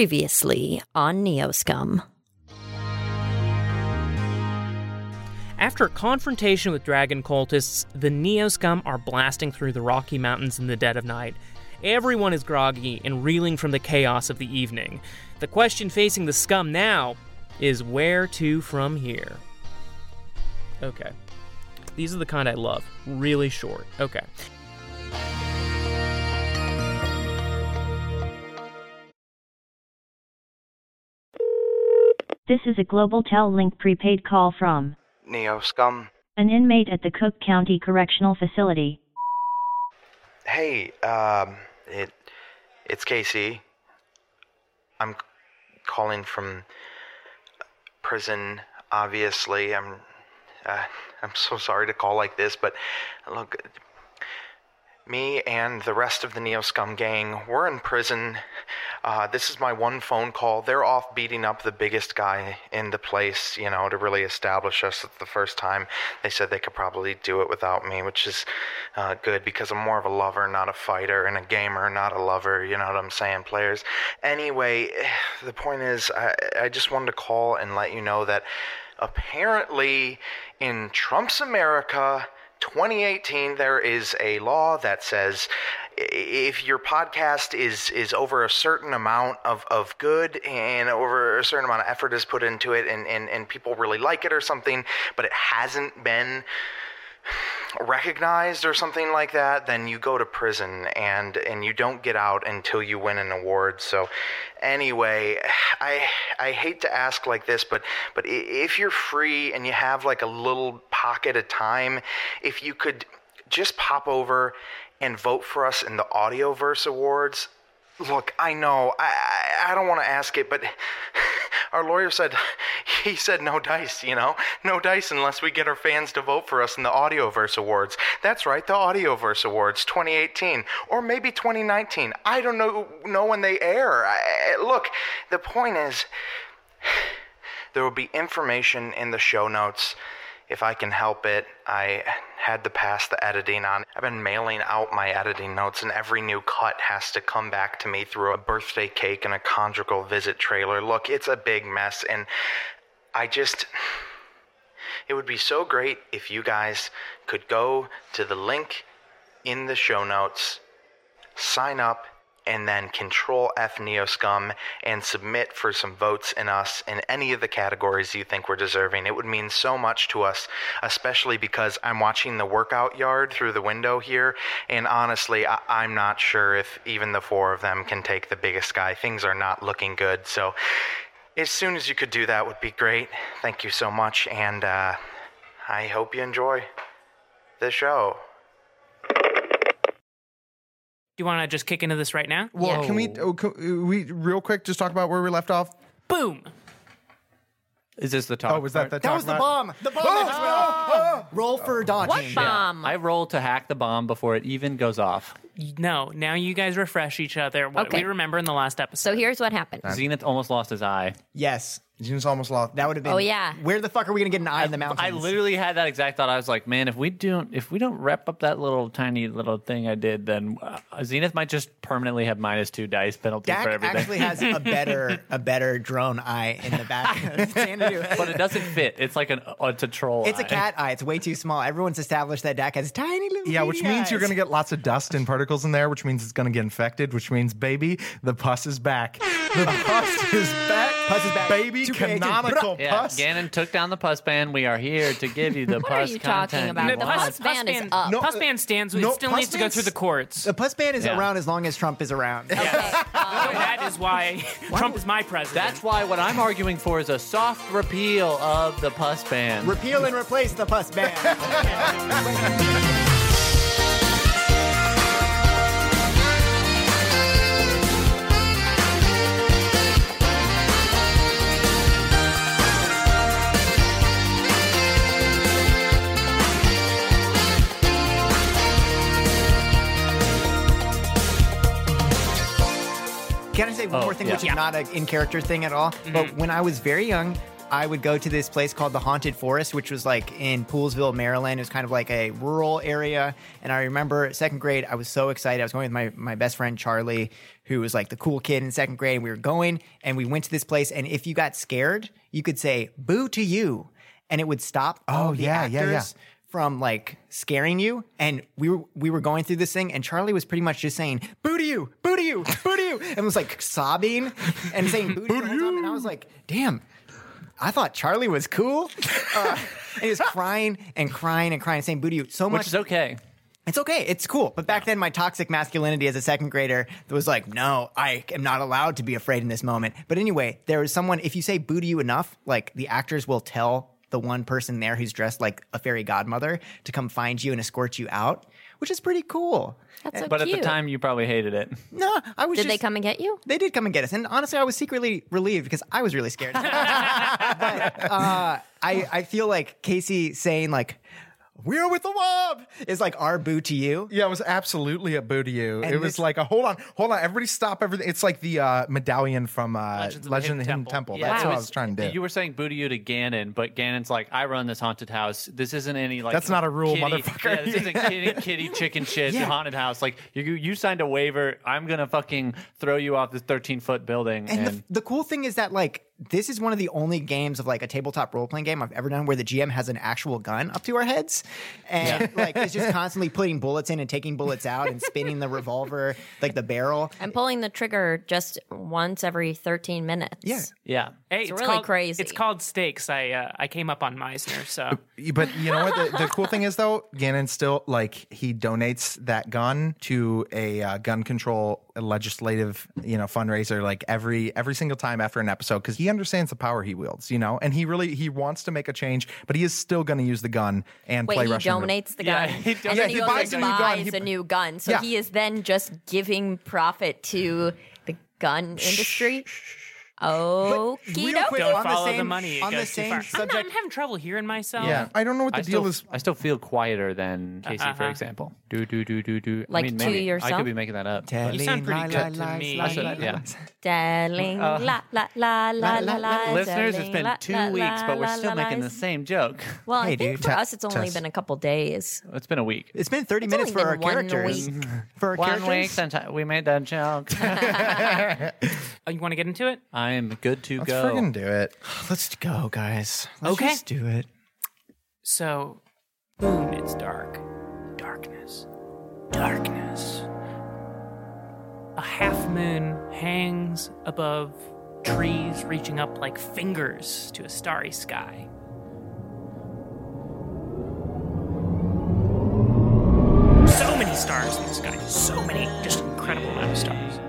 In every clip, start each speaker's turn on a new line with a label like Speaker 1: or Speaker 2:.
Speaker 1: Previously on Neoscum.
Speaker 2: After a confrontation with dragon cultists, the Neoscum are blasting through the Rocky Mountains in the dead of night. Everyone is groggy and reeling from the chaos of the evening. The question facing the scum now is where to from here? Okay. These are the kind I love. Really short. Okay.
Speaker 3: This is a Global Tel Link prepaid call from
Speaker 4: Neo Scum.
Speaker 3: an inmate at the Cook County Correctional Facility.
Speaker 4: Hey, um, it, it's Casey. I'm c- calling from prison. Obviously, I'm, uh, I'm so sorry to call like this, but look, me and the rest of the Neo Scum gang, we're in prison. Uh, this is my one phone call. They're off beating up the biggest guy in the place, you know, to really establish us the first time. They said they could probably do it without me, which is uh, good because I'm more of a lover, not a fighter, and a gamer, not a lover. You know what I'm saying, players? Anyway, the point is, I, I just wanted to call and let you know that apparently in Trump's America, 2018 there is a law that says i- if your podcast is is over a certain amount of, of good and over a certain amount of effort is put into it and, and, and people really like it or something but it hasn't been recognized or something like that, then you go to prison and and you don't get out until you win an award. So anyway, I I hate to ask like this, but but i- if you're free and you have like a little pocket of time, if you could just pop over and vote for us in the Audioverse Awards. Look, I know I I, I don't want to ask it, but our lawyer said he said no dice you know no dice unless we get our fans to vote for us in the audioverse awards that's right the audioverse awards 2018 or maybe 2019 i don't know know when they air I, I- look the point is there will be information in the show notes if I can help it. I had to pass the editing on. I've been mailing out my editing notes, and every new cut has to come back to me through a birthday cake and a conjugal visit trailer. Look, it's a big mess, and I just. It would be so great if you guys could go to the link in the show notes sign up and then control F Neoscum and submit for some votes in us in any of the categories you think we're deserving. It would mean so much to us, especially because I'm watching the workout yard through the window here, and honestly, I- I'm not sure if even the four of them can take the biggest guy. Things are not looking good, so as soon as you could do that would be great. Thank you so much, and uh, I hope you enjoy the show.
Speaker 2: Do you want to just kick into this right now?
Speaker 5: Well, can we oh, can we real quick just talk about where we left off?
Speaker 2: Boom!
Speaker 6: Is this the top?
Speaker 5: Oh, was that the
Speaker 7: That was the bomb. The bomb. that just went off. Roll for dodging.
Speaker 1: What bomb?
Speaker 6: I roll to hack the bomb before it even goes off.
Speaker 2: No, now you guys refresh each other what
Speaker 1: Okay.
Speaker 2: we remember in the last episode.
Speaker 1: So here's what happened.
Speaker 6: Zenith almost lost his eye.
Speaker 7: Yes,
Speaker 5: Gene's almost lost.
Speaker 7: that would have been.
Speaker 1: Oh, yeah.
Speaker 7: Where the fuck are we gonna get an eye in the mountains?
Speaker 6: I literally had that exact thought. I was like, man, if we don't if we don't wrap up that little tiny little thing I did, then uh, Zenith might just permanently have minus two dice penalty
Speaker 7: Dak
Speaker 6: for everything.
Speaker 7: actually has a better a better drone eye in the back. of Xanadu.
Speaker 6: but it doesn't fit. It's like an uh, it's a troll.
Speaker 7: It's a
Speaker 6: eye.
Speaker 7: cat eye. It's way too small. Everyone's established that Dak has tiny little.
Speaker 5: Yeah, which
Speaker 7: beady
Speaker 5: means you're
Speaker 7: eyes.
Speaker 5: going to get lots of dust and particles in there, which means it's going to get infected, which means, baby, the pus is back. The pus is back.
Speaker 7: Pus is back.
Speaker 5: Baby,
Speaker 7: Two pages.
Speaker 5: canonical
Speaker 6: Yeah,
Speaker 5: pus.
Speaker 6: Gannon took down the pus band. We are here to give you the
Speaker 1: What are
Speaker 6: pus
Speaker 1: you talking
Speaker 6: content.
Speaker 1: about?
Speaker 6: you
Speaker 1: The
Speaker 6: want.
Speaker 1: pus ban is up.
Speaker 5: No,
Speaker 2: Puss ban stands. It
Speaker 5: no,
Speaker 2: still
Speaker 5: Puss
Speaker 2: needs to go
Speaker 5: ban's-
Speaker 2: through the courts.
Speaker 7: The plus band is
Speaker 6: Yeah.
Speaker 7: around as long as Trump is around.
Speaker 2: that is why Trump is my president.
Speaker 6: That's why what I'm arguing for is a soft repeal of the pus band.
Speaker 7: Repeal and replace the plus band. Can I say one
Speaker 6: Oh,
Speaker 7: more thing,
Speaker 6: yeah.
Speaker 7: which is not an in character thing at all? But when I was very young, I would go to this place called the Haunted Forest, which was like in Poolsville, Maryland. It was kind of like a rural area. And I remember second grade, I was so excited. I was going with my, my best friend, Charlie, who was like the cool kid in second grade. And we were going and we went to this place. And if you got scared, you could say, boo to you. And it would stop all
Speaker 5: Oh,
Speaker 7: the
Speaker 5: yeah,
Speaker 7: actors
Speaker 5: yeah, yeah.
Speaker 7: from like scaring you. And we were we were going through this thing, and Charlie was pretty much just saying "boo to you, boo to you, boo to you," and was like sobbing and saying "boo to you." the whole time. And I was like, "Damn." I thought Charlie was cool. Uh, and he was crying and crying and crying, saying "boo to you" so much.
Speaker 6: which is okay.
Speaker 7: It's okay. It's cool. But back then, my toxic masculinity as a second grader was like, no, I am not allowed to be afraid in this moment. But anyway, there is someone, if you say boo to you enough, like the actors will tell the one person there who's dressed like a fairy godmother to come find you and escort you out, which is pretty cool.
Speaker 1: That's so
Speaker 6: But
Speaker 1: cute.
Speaker 6: at the time, you probably hated it.
Speaker 7: No, I was
Speaker 1: did
Speaker 7: just,
Speaker 1: they come and get you?
Speaker 7: They did come and get us. And honestly, I was secretly relieved because I was really scared. but, uh, I, I feel like Casey saying, like, we're with the mob is like our boo to you.
Speaker 5: Yeah, it was absolutely a boo to you.
Speaker 7: And
Speaker 5: it was
Speaker 7: this-
Speaker 5: like a hold on, hold on, everybody stop everything. It's like the uh, medallion from uh,
Speaker 2: Legends
Speaker 5: Legend of
Speaker 2: of the Hidden
Speaker 5: the Hidden Temple.
Speaker 2: Temple.
Speaker 5: That's
Speaker 6: it
Speaker 5: what I was trying to do.
Speaker 6: You were saying boo to you to Ganon, but Ganon's like, I run this haunted house. This isn't any like.
Speaker 5: That's not a rule,
Speaker 6: kitty-
Speaker 5: motherfucker.
Speaker 6: Yeah, this isn't kitty, kitty chicken shit
Speaker 7: Yeah.
Speaker 6: haunted house. Like you, you signed a waiver. I'm gonna fucking throw you off this 13 foot building. And,
Speaker 7: And the, the cool thing is that like this is one of the only games of like a tabletop role playing game I've ever done where the GM has an actual gun up to our heads, and like is just constantly putting bullets in and taking bullets out and spinning the revolver like the barrel.
Speaker 1: I'm pulling the trigger just once every 13 minutes.
Speaker 7: Yeah.
Speaker 6: yeah,
Speaker 2: Hey, it's,
Speaker 1: really
Speaker 2: called,
Speaker 1: crazy.
Speaker 2: It's called stakes. I uh, I came up on Meisner, so
Speaker 5: but you know what? The, the cool thing is though, Gannon still like he donates that gun to a uh, gun control legislative you know fundraiser like every every single time after an episode because he understands the power he wields, you know, and he really he wants to make a change, but he is still going to use the gun and
Speaker 1: Wait,
Speaker 5: play
Speaker 1: he
Speaker 5: Russian roulette.
Speaker 1: donates the
Speaker 6: Yeah,
Speaker 1: gun.
Speaker 6: he donates-
Speaker 1: and
Speaker 5: Yeah,
Speaker 1: then
Speaker 5: he
Speaker 1: he, goes
Speaker 5: buys a
Speaker 1: and
Speaker 5: new gun.
Speaker 1: buys
Speaker 5: He-
Speaker 1: a new gun. So
Speaker 5: Yeah.
Speaker 1: he is then just giving profit to the gun industry. Okie
Speaker 7: Real quick,
Speaker 1: dokie.
Speaker 2: don't
Speaker 7: on
Speaker 2: follow
Speaker 7: the,
Speaker 2: the,
Speaker 7: same,
Speaker 2: money. It
Speaker 7: on the
Speaker 2: goes too
Speaker 7: same
Speaker 2: far. I'm, not,
Speaker 7: subject,
Speaker 2: I'm having trouble hearing myself.
Speaker 5: Yeah, I don't know what the
Speaker 6: I
Speaker 5: deal
Speaker 6: still,
Speaker 5: is.
Speaker 6: I still feel quieter than Casey, for example. Do do do do do.
Speaker 1: Uh-huh. Like
Speaker 6: I mean,
Speaker 1: to
Speaker 6: maybe I
Speaker 1: yourself?
Speaker 6: could be making that up.
Speaker 2: You sound pretty good to me.
Speaker 6: That's what- yeah.
Speaker 1: Darling,
Speaker 6: Uh,
Speaker 1: la la la la la la. la,
Speaker 6: Listeners, it's
Speaker 1: darling,
Speaker 6: been
Speaker 1: la,
Speaker 6: two
Speaker 1: la,
Speaker 6: weeks,
Speaker 1: la,
Speaker 6: but we're
Speaker 1: la,
Speaker 6: still
Speaker 1: la,
Speaker 6: making
Speaker 1: la.
Speaker 6: the same joke.
Speaker 1: Well, I
Speaker 7: Hey,
Speaker 1: think
Speaker 7: dude,
Speaker 1: for
Speaker 5: te-
Speaker 1: us, it's only
Speaker 5: test.
Speaker 1: been a couple days.
Speaker 6: It's been a week.
Speaker 7: it's been thirty
Speaker 1: only
Speaker 7: minutes for
Speaker 1: been
Speaker 7: our
Speaker 1: one
Speaker 7: characters.
Speaker 1: week.
Speaker 7: For our
Speaker 6: One week
Speaker 7: characters,
Speaker 6: since I- we made that joke.
Speaker 2: Oh, you want to get into it?
Speaker 6: I'm good to
Speaker 5: Let's
Speaker 6: go.
Speaker 5: friggin' do it.
Speaker 7: let's go, guys. Let's
Speaker 2: Okay.
Speaker 7: just do it.
Speaker 2: So, boom, it's dark. Darkness. Darkness. A half moon hangs above trees, reaching up like fingers to a starry sky. So many stars in the sky. So many. Just incredible amount of stars.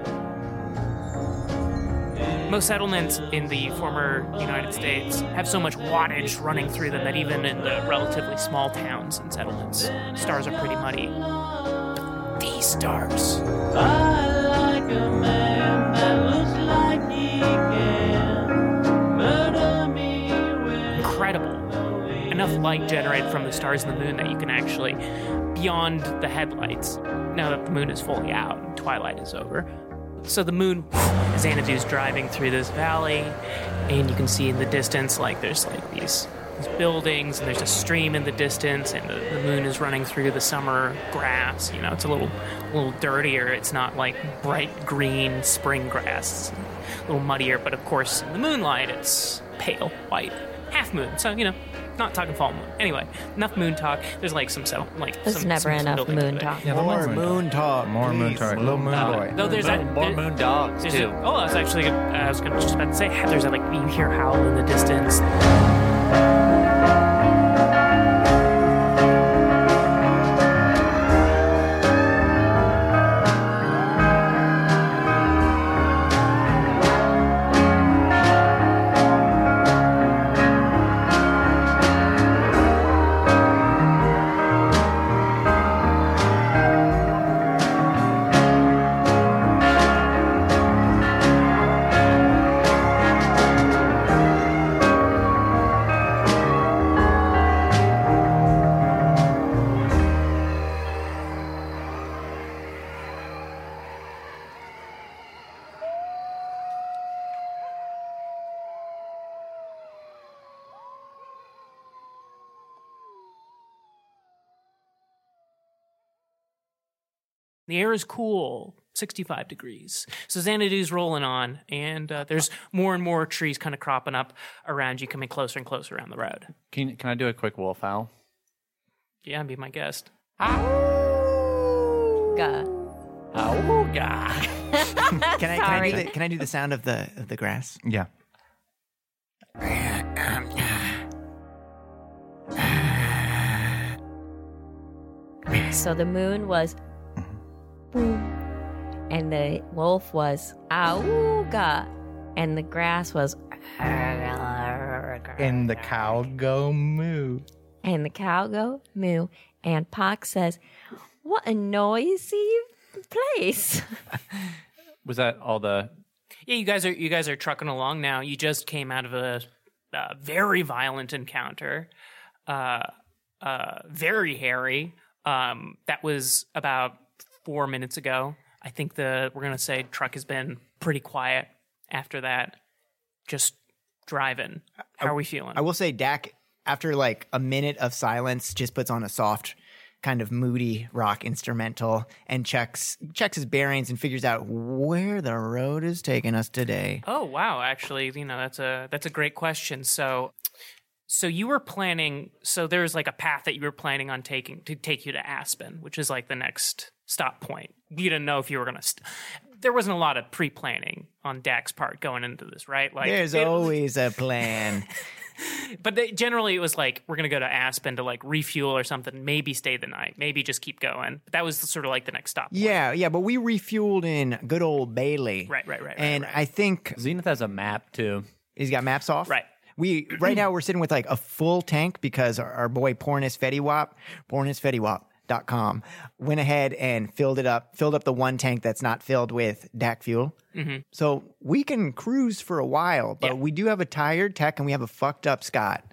Speaker 2: Most settlements in the former United States have so much wattage running through them that even in the relatively small towns and settlements, stars are pretty muddy. But these stars. Incredible. Enough light generated from the stars and the moon that you can actually, beyond the headlights, now that the moon is fully out and twilight is over, so the moon Xanadu's driving through this valley, and you can see in the distance like there's like these these buildings and there's a stream in the distance and the, the moon is running through the summer grass. You know, it's a little a little dirtier. It's not like bright green spring grass. It's a little muddier, but of course in the moonlight it's pale white. Half moon, so you know, not talking full moon. Anyway, enough moon talk. There's like some settle like
Speaker 1: There's
Speaker 2: some,
Speaker 1: never
Speaker 2: some- some
Speaker 1: enough
Speaker 2: building
Speaker 1: moon
Speaker 2: over there.
Speaker 1: talk.
Speaker 5: Yeah,
Speaker 7: More moon talk.
Speaker 5: More moon
Speaker 7: please.
Speaker 5: talk. Little moon boy.
Speaker 2: Though there's that,
Speaker 6: more
Speaker 2: there-
Speaker 6: moon dogs
Speaker 2: There's
Speaker 6: too.
Speaker 2: a- oh, I was actually gonna, I was gonna just about to say there's a, like you hear howl in the distance. The air is cool, 65 degrees. So Xanadu's rolling on, and uh, there's more and more trees kind of cropping up around you, coming closer and closer around the road.
Speaker 6: Can can I do a quick wolf howl?
Speaker 2: Yeah, be my guest.
Speaker 1: Go.
Speaker 6: Awooga.
Speaker 7: Can I, can I,
Speaker 1: Sorry.
Speaker 7: do, the, can I do the sound of the, of the grass?
Speaker 5: Yeah.
Speaker 1: So the moon was boom, and the wolf was auga, and the grass was
Speaker 5: And the cow go moo.
Speaker 1: and the cow go moo, and Pox says, "What a noisy place!"
Speaker 6: Was that all the?
Speaker 2: Yeah, you guys are you guys are trucking along now. You just came out of a, uh very violent encounter, uh, uh, very hairy. Um, that was about four minutes ago. I think the we're gonna say truck has been pretty quiet after that. Just driving. How are we feeling?
Speaker 7: I will say, Dak, after like a minute of silence, just puts on a soft, kind of moody rock instrumental and checks checks his bearings and figures out where the road is taking us today.
Speaker 2: Oh wow, actually, you know, that's a that's a great question. So so you were planning so there's like a path that you were planning on taking to take you to Aspen, which is like the next stop point. You didn't know if you were going to st- There wasn't a lot of pre-planning on Dak's part going into this, right? Like
Speaker 7: There's
Speaker 2: it-
Speaker 7: always a plan.
Speaker 2: but they, generally it was like we're going to go to Aspen to like refuel or something, maybe stay the night, maybe just keep going. But that was sort of like the next stop. point.
Speaker 7: yeah, yeah, but we refueled in good old Bailey.
Speaker 2: Right, right, right, right,
Speaker 7: And
Speaker 2: right.
Speaker 7: I think
Speaker 6: Zenith has a map too.
Speaker 7: He's got maps off.
Speaker 2: Right.
Speaker 7: We right now we're sitting with like a full tank because our, our boy Pornis Fetty Wap, Pornis Fetty Wap. Dot com went ahead and filled it up, filled up the one tank that's not filled with DAC fuel. So we can cruise for a while, but
Speaker 2: Mm-hmm. Yeah.
Speaker 7: we do have a tired tech and we have a fucked up Scott.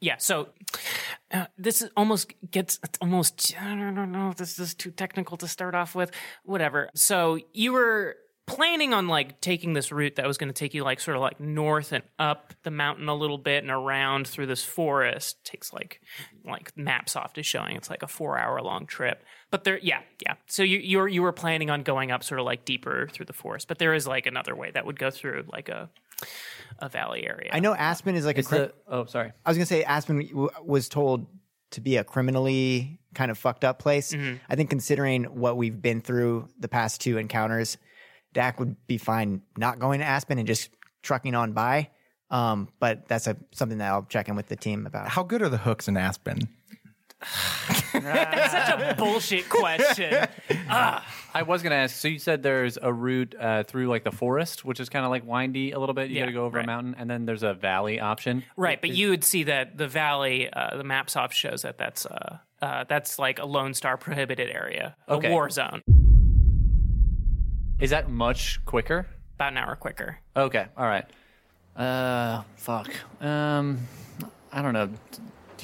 Speaker 2: yeah so uh, this is almost gets it's almost i don't know if this is too technical to start off with whatever so you were planning on like taking this route that was going to take you like sort of like north and up the mountain a little bit and around through this forest takes like like maps off to showing it's like a four hour long trip but there yeah yeah so you you were, you were planning on going up sort of like deeper through the forest but there is like another way that would go through like a a valley area
Speaker 7: I know Aspen is like a.
Speaker 6: Is
Speaker 7: Cri-
Speaker 6: the- oh, sorry.
Speaker 7: I was gonna say Aspen w- was told to be a criminally kind of fucked up place.
Speaker 1: Mm-hmm.
Speaker 7: I think considering what we've been through the past two encounters, Dak would be fine not going to Aspen and just trucking on by. Um, but that's a something that I'll check in with the team about.
Speaker 5: How good are the hooks in Aspen?
Speaker 2: That's such a bullshit question.
Speaker 6: I was gonna ask. So you said there's a route uh, through like the forest, which is kind of like windy a little bit. You
Speaker 2: Yeah,
Speaker 6: got to go over
Speaker 2: right.
Speaker 6: a mountain, and then there's a valley option.
Speaker 2: right, but you would see that the valley, uh, the maps off shows that that's uh, uh, that's like a Lone Star prohibited area, a
Speaker 6: Okay.
Speaker 2: war zone,
Speaker 6: Is that much quicker?
Speaker 2: about an hour quicker.
Speaker 6: Okay, all right. Uh, fuck. Um, I don't know. Do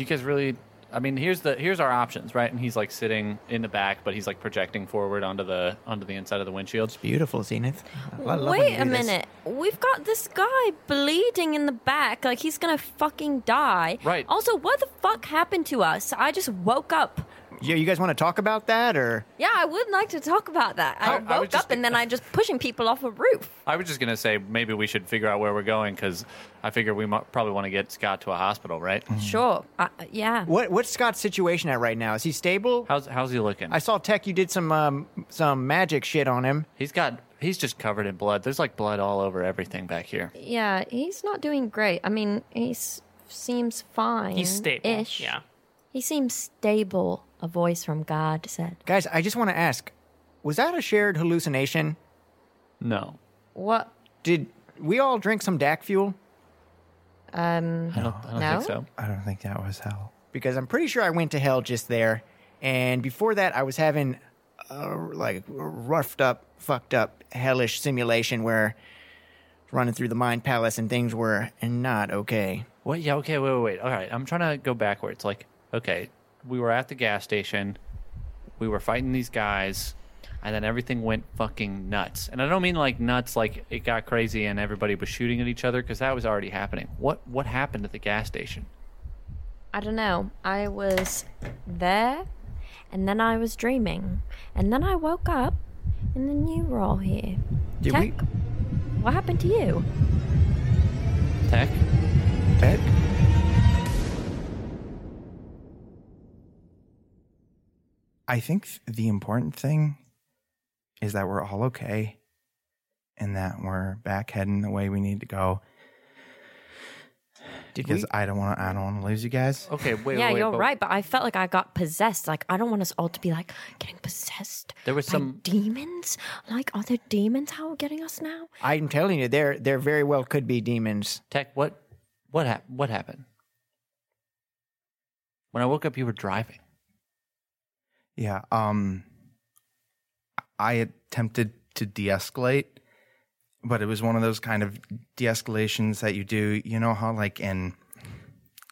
Speaker 6: you guys really? I mean, here's the here's our options, right? And he's like sitting in the back, but he's like projecting forward onto the onto the inside of the windshield.
Speaker 7: Beautiful, Zenith. I love when
Speaker 1: Wait
Speaker 7: you
Speaker 1: a
Speaker 7: do this.
Speaker 1: minute. We've got this guy bleeding in the back, like he's gonna fucking die.
Speaker 6: Right.
Speaker 1: Also, what the fuck happened to us? I just woke up.
Speaker 7: Yeah, you guys want to talk about that or
Speaker 1: Yeah, I would like to talk about that. I,
Speaker 6: I- I
Speaker 1: woke
Speaker 6: would
Speaker 1: up
Speaker 6: just-
Speaker 1: and then I'm just pushing people off a roof.
Speaker 6: I was just gonna say maybe we should figure out where we're going because I figure we mo- probably want to get Scott to a hospital, right?
Speaker 8: Mm-hmm.
Speaker 1: Sure. Uh, yeah.
Speaker 7: what? What's Scott's situation at right now? Is he stable?
Speaker 6: How's how's he looking?
Speaker 7: I saw Tech. You did some um, some magic shit on him.
Speaker 6: He's got he's just covered in blood. There's like blood all over everything back here.
Speaker 1: Yeah, he's not doing great. I mean, he s- seems fine.
Speaker 2: He's stable.
Speaker 1: Oh. Ish.
Speaker 2: Yeah.
Speaker 1: He seems stable, a voice from God said.
Speaker 7: Guys, I just want to ask: Was that a shared hallucination?
Speaker 6: No,
Speaker 1: What?
Speaker 7: Did we all drink some DAC fuel?
Speaker 1: Um,
Speaker 6: I don't, I don't
Speaker 1: No?
Speaker 6: think so.
Speaker 5: I don't think that was hell.
Speaker 7: Because I'm pretty sure I went to hell just there. And before that, I was having a, like a roughed up, fucked up, hellish simulation where running through the mind palace and things were not okay.
Speaker 6: What? Yeah. Okay. Wait. Wait. Wait. All right. I'm trying to go backwards. Like, okay, we were at the gas station, we were fighting these guys, and then everything went fucking nuts. And I don't mean like nuts, like it got crazy and everybody was shooting at each other because that was already happening. What What happened at the gas station?
Speaker 1: I don't know. I was there and then I was dreaming, and then I woke up, and then you were all here.
Speaker 7: Did
Speaker 1: Tech, what happened to you?
Speaker 6: Tech?
Speaker 5: Tech? I think th- the important thing is that we're all okay and that we're back heading the way we need to go.
Speaker 7: Did
Speaker 5: Because
Speaker 7: we?
Speaker 5: I don't want to, I don't want to lose you guys.
Speaker 6: Okay, wait.
Speaker 1: yeah,
Speaker 6: wait,
Speaker 1: you're
Speaker 6: but
Speaker 1: right, but I felt like I got possessed. Like I don't want us all to be like getting possessed.
Speaker 6: There was
Speaker 1: by
Speaker 6: some-
Speaker 1: demons. Like are there demons how getting us now?
Speaker 7: I'm telling you, there there very well could be demons.
Speaker 6: Tech, what, what, hap- what happened? When I woke up, you were driving.
Speaker 5: Yeah. Um, I attempted to de escalate, but it was one of those kind of de escalations that you do. You know how, like, in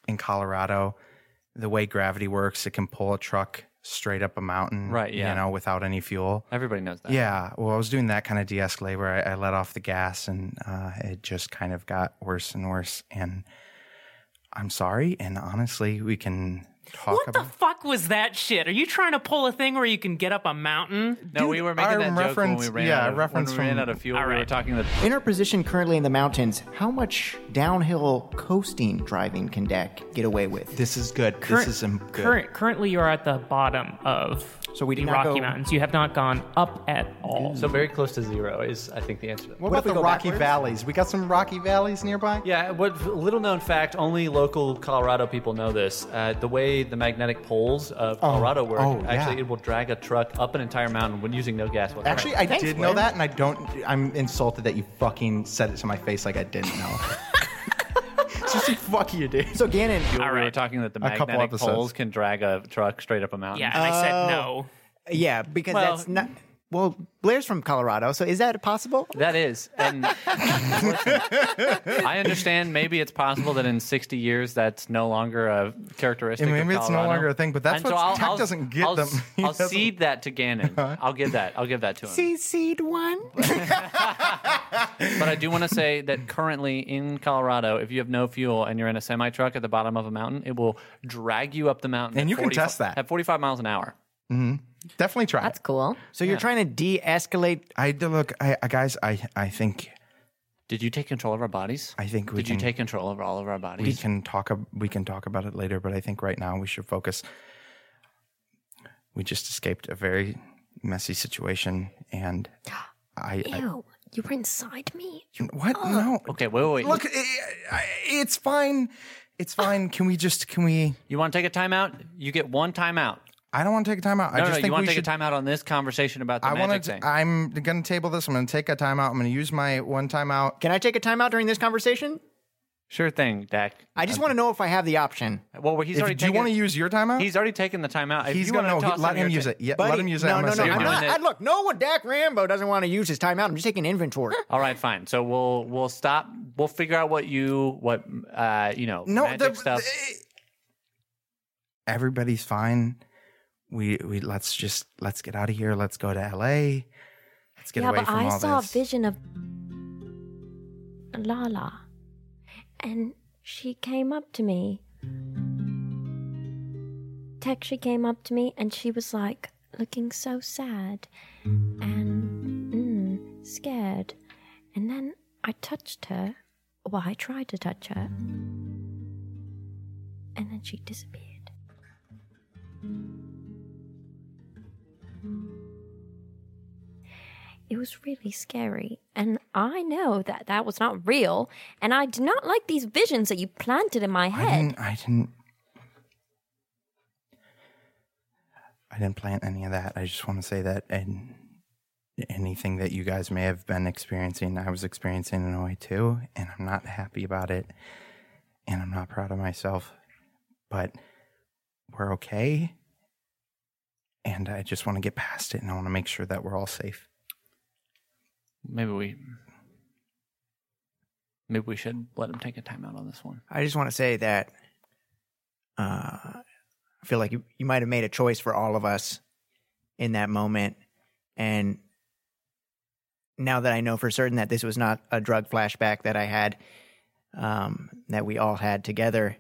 Speaker 5: in Colorado, the way gravity works, it can pull a truck straight up a mountain,
Speaker 6: Right, yeah. Uh,
Speaker 5: You know, without any fuel.
Speaker 6: Everybody knows that.
Speaker 5: Yeah. Well, I was doing that kind of de escalate where I, I let off the gas and uh, it just kind of got worse and worse. And I'm sorry. And honestly, we can talk
Speaker 2: What the
Speaker 5: about
Speaker 2: fuck was that shit? Are you trying to pull a thing where you can get up a mountain?
Speaker 6: No, we were making
Speaker 5: our
Speaker 6: that joke when we
Speaker 5: reference-
Speaker 6: ran,
Speaker 5: yeah,
Speaker 6: out, of,
Speaker 5: reference
Speaker 6: when we ran
Speaker 5: from-
Speaker 6: out of fuel.
Speaker 2: All
Speaker 6: We were
Speaker 2: right.
Speaker 6: talking that
Speaker 7: In our position currently in the mountains, how much downhill coasting driving can Deck get away with?
Speaker 5: this is good. this is im- good.
Speaker 2: current, currently, you are at the bottom of
Speaker 7: So we did
Speaker 2: the
Speaker 7: not
Speaker 2: Rocky
Speaker 7: go-
Speaker 2: Mountains. You have not gone up at all.
Speaker 9: So very close to zero is, I think, the answer. to that.
Speaker 5: What,
Speaker 7: What if
Speaker 5: about
Speaker 7: we
Speaker 5: the
Speaker 7: go
Speaker 5: Rocky
Speaker 7: backwards?
Speaker 5: Valleys? We got some Rocky Valleys nearby.
Speaker 9: Yeah, what little known fact, only local Colorado people know this. Uh, the way the magnetic poles of Colorado work,
Speaker 5: oh, yeah.
Speaker 9: actually, it will drag a truck up an entire mountain when using no gas whatsoever.
Speaker 5: Actually, I
Speaker 7: Thanks,
Speaker 5: did
Speaker 7: Blair.
Speaker 5: know that, and I don't. I'm insulted that you fucking said it to my face like I didn't know. Just say, fuck you, dude.
Speaker 7: So Gannon,
Speaker 6: fuel. We were
Speaker 2: right.
Speaker 6: talking that the
Speaker 5: A couple
Speaker 6: magnetic
Speaker 5: episodes.
Speaker 6: poles can drag a truck straight up a mountain.
Speaker 2: yeah, and I said
Speaker 7: Oh.
Speaker 2: no.
Speaker 7: yeah, because
Speaker 6: Well-
Speaker 7: that's not. Well, Blair's from Colorado, so is that possible?
Speaker 6: That is. And I understand maybe it's possible that in 60 years that's no longer a characteristic.
Speaker 5: Yeah, maybe
Speaker 6: of
Speaker 5: it's no
Speaker 6: Colorado.
Speaker 5: longer a thing, but that's
Speaker 6: And
Speaker 5: what
Speaker 6: I'll-
Speaker 5: Tech
Speaker 6: I'll-
Speaker 5: doesn't get
Speaker 6: I'll,
Speaker 5: them.
Speaker 6: s-
Speaker 5: He
Speaker 6: I'll
Speaker 5: doesn't- Uh-huh.
Speaker 6: cede that to Gannon. I'll give that. I'll give that to him.
Speaker 7: CC'd one.
Speaker 6: But I do want to say that currently in Colorado, if you have no fuel and you're in a semi truck at the bottom of a mountain, it will drag you up the mountain.
Speaker 5: And
Speaker 6: at
Speaker 5: you can test that.
Speaker 6: at 45 miles an hour.
Speaker 5: Definitely try.
Speaker 1: That's
Speaker 5: it.
Speaker 1: cool.
Speaker 7: So you're trying to de-escalate.
Speaker 5: I look, I, I guys, I, I think,
Speaker 6: Did you take control of our bodies?
Speaker 5: I think we
Speaker 6: Did you
Speaker 5: can-
Speaker 6: take control of all of our
Speaker 5: we
Speaker 6: bodies?
Speaker 5: can talk. ab- We can talk about it later, but I think right now we should focus. We just escaped a very messy situation, and I, I
Speaker 1: Ew, you were inside me.
Speaker 5: what? No,
Speaker 6: Okay, wait, wait, wait.
Speaker 5: look, i i it's fine. It's fine. Can we just? Can we?
Speaker 6: You want to take a timeout? You get one timeout.
Speaker 5: I don't want to take a timeout. I
Speaker 6: No,
Speaker 5: just
Speaker 6: no,
Speaker 5: think
Speaker 6: you want
Speaker 5: we
Speaker 6: to take
Speaker 5: should.
Speaker 6: a timeout on this conversation about the
Speaker 5: I
Speaker 6: magic
Speaker 5: want
Speaker 6: thing.
Speaker 5: to. I'm gonna table this. I'm gonna take a timeout. I'm gonna use my one timeout.
Speaker 7: Can I take a timeout during this conversation?
Speaker 6: sure thing, Dak.
Speaker 7: I just want to know if I have the option.
Speaker 6: Well, he's
Speaker 5: If-
Speaker 6: already.
Speaker 5: do you
Speaker 6: taken-
Speaker 5: want to use your timeout?
Speaker 6: He's already taken the timeout. If
Speaker 5: He's
Speaker 6: you
Speaker 5: gonna
Speaker 6: wanna
Speaker 5: no.
Speaker 6: toss
Speaker 5: He, let
Speaker 6: in
Speaker 5: him
Speaker 6: your
Speaker 5: use
Speaker 6: ta-
Speaker 5: it. Yeah,
Speaker 7: Buddy,
Speaker 5: let him use it.
Speaker 7: No,
Speaker 5: I'm
Speaker 7: no,
Speaker 5: gonna
Speaker 7: no.
Speaker 5: save
Speaker 7: I'm
Speaker 5: mine.
Speaker 7: not.
Speaker 6: doing it.
Speaker 7: I, look, no one. Dak Rambo doesn't want to use his timeout. I'm just taking inventory.
Speaker 6: All right, fine. So we'll we'll stop. We'll figure out what you what uh you know
Speaker 5: No,
Speaker 6: magic
Speaker 5: the-
Speaker 6: stuff.
Speaker 5: the- everybody's fine. We we let's just let's get out of here. Let's go to L.A. Let's get
Speaker 1: yeah,
Speaker 5: away
Speaker 1: but
Speaker 5: from
Speaker 1: I
Speaker 5: all
Speaker 1: saw
Speaker 5: this.
Speaker 1: a vision of Lala, and she came up to me. Tech, she came up to me, and she was like looking so sad and mm, scared. And then I touched her. Well, I tried to touch her, and then she disappeared. It was really scary, and I know that that was not real, and I do not like these visions that you planted in my
Speaker 5: I
Speaker 1: head.
Speaker 5: didn't. I didn't. I didn't plan any of that. I just want to say that, and anything that you guys may have been experiencing, I was experiencing in a way too, and I'm not happy about it, and I'm not proud of myself. But we're okay, and I just want to get past it, and I want to make sure that we're all safe.
Speaker 6: Maybe we maybe we should let him take a timeout on this one.
Speaker 7: I just want to say that uh, I feel like you, you might have made a choice for all of us in that moment. And now that I know for certain that this was not a drug flashback that I had, um, that we all had together,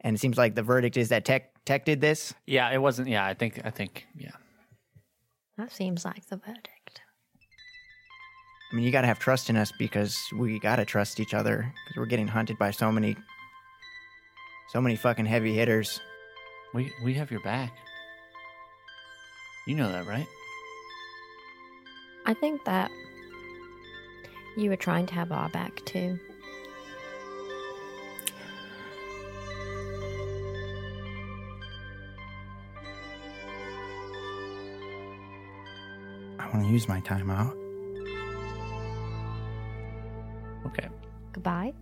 Speaker 7: and it seems like the verdict is that Tech Tech did this.
Speaker 6: Yeah, it wasn't. Yeah, I think. I think. Yeah.
Speaker 1: That seems like the verdict.
Speaker 7: I mean, you got to have trust in us because we got to trust each other because we're getting hunted by so many, so many fucking heavy hitters.
Speaker 6: We we have your back. You know that, right?
Speaker 1: I think that you were trying to have our back too.
Speaker 5: I want to use my time out.
Speaker 6: Okay.
Speaker 1: Goodbye.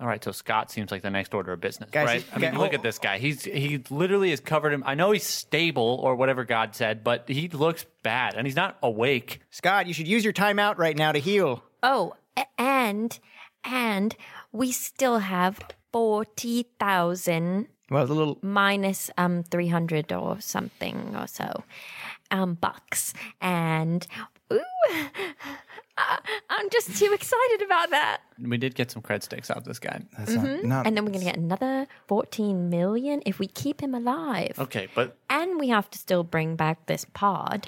Speaker 6: All right. So Scott seems like the next order of business,
Speaker 7: Guys,
Speaker 6: right?
Speaker 7: he-
Speaker 6: I mean,
Speaker 7: okay,
Speaker 6: look
Speaker 7: hold-
Speaker 6: at this guy. He's he literally is covered in. I know he's stable or whatever God said, but he looks bad and he's not awake.
Speaker 7: Scott, you should use your time out right now to heal.
Speaker 1: Oh, a- and and we still have forty thousand
Speaker 7: Well, it's a little.
Speaker 1: minus um 300 or something or so um bucks and ooh I- I'm just too excited about that.
Speaker 6: We did get some cred sticks out of this guy.
Speaker 5: That's not, not
Speaker 1: Mm-hmm. And then we're going to get another 14 million if we keep him alive.
Speaker 6: Okay, but
Speaker 1: And we have to still bring back this pod.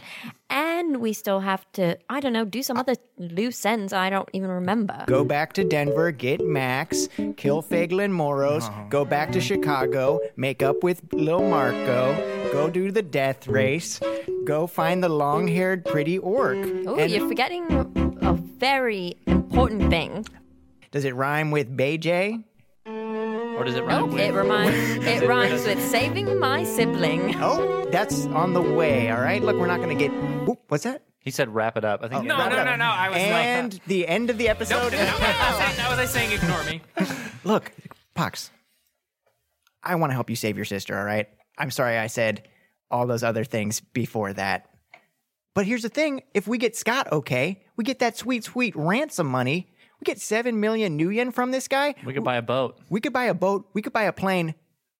Speaker 1: And we still have to, I don't know, do some other loose ends I don't even remember.
Speaker 7: Go back to Denver, get Max, kill Faglin Moros, go back to Chicago, make up with Lil Marco, go do the death race, go find the long haired pretty orc.
Speaker 1: Oh,
Speaker 7: And
Speaker 1: you're forgetting a very important thing.
Speaker 7: does it rhyme with Bay J?
Speaker 6: or does it rhyme
Speaker 1: No,
Speaker 6: with?
Speaker 1: oh, it reminds it rhymes with saving my sibling.
Speaker 7: Oh, that's on the way, all right? Look, we're not going to get. Oop, what's that?
Speaker 6: He said, "Wrap it up." I think.
Speaker 2: No, no, no, no, I was uh,
Speaker 7: And the end of the episode.
Speaker 2: like,
Speaker 7: Oh.
Speaker 2: that was I saying ignore me.
Speaker 7: Look, Pox, I want to help you save your sister, all right? I'm sorry I said all those other things before that. But here's the thing if we get Scott okay, we get that sweet, sweet ransom money. We get 7 million new yen from this guy.
Speaker 6: We could buy a boat,
Speaker 7: We could buy a boat, we could buy a plane,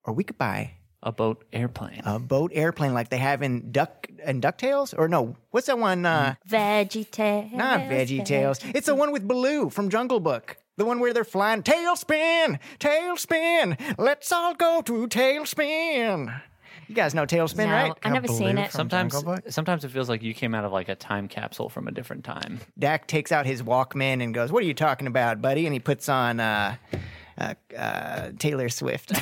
Speaker 7: or we could buy
Speaker 6: a boat airplane.
Speaker 7: a boat airplane like they have in Duck and DuckTales? Or no, what's that one? Uh,
Speaker 1: Veggie tales.
Speaker 7: Not Veggie Tales. It's the one with Baloo from Jungle Book. The one where they're flying tailspin, tailspin. Let's all go to tailspin. You guys know tailspin,
Speaker 1: No,
Speaker 7: right?
Speaker 1: I've never seen it.
Speaker 6: Sometimes,
Speaker 5: Jungle Book?
Speaker 6: sometimes it feels like you came out of like a time capsule from a different time.
Speaker 7: Dak takes out his Walkman and goes, "What are you talking about, buddy?" And he puts on uh, uh, uh, Taylor Swift.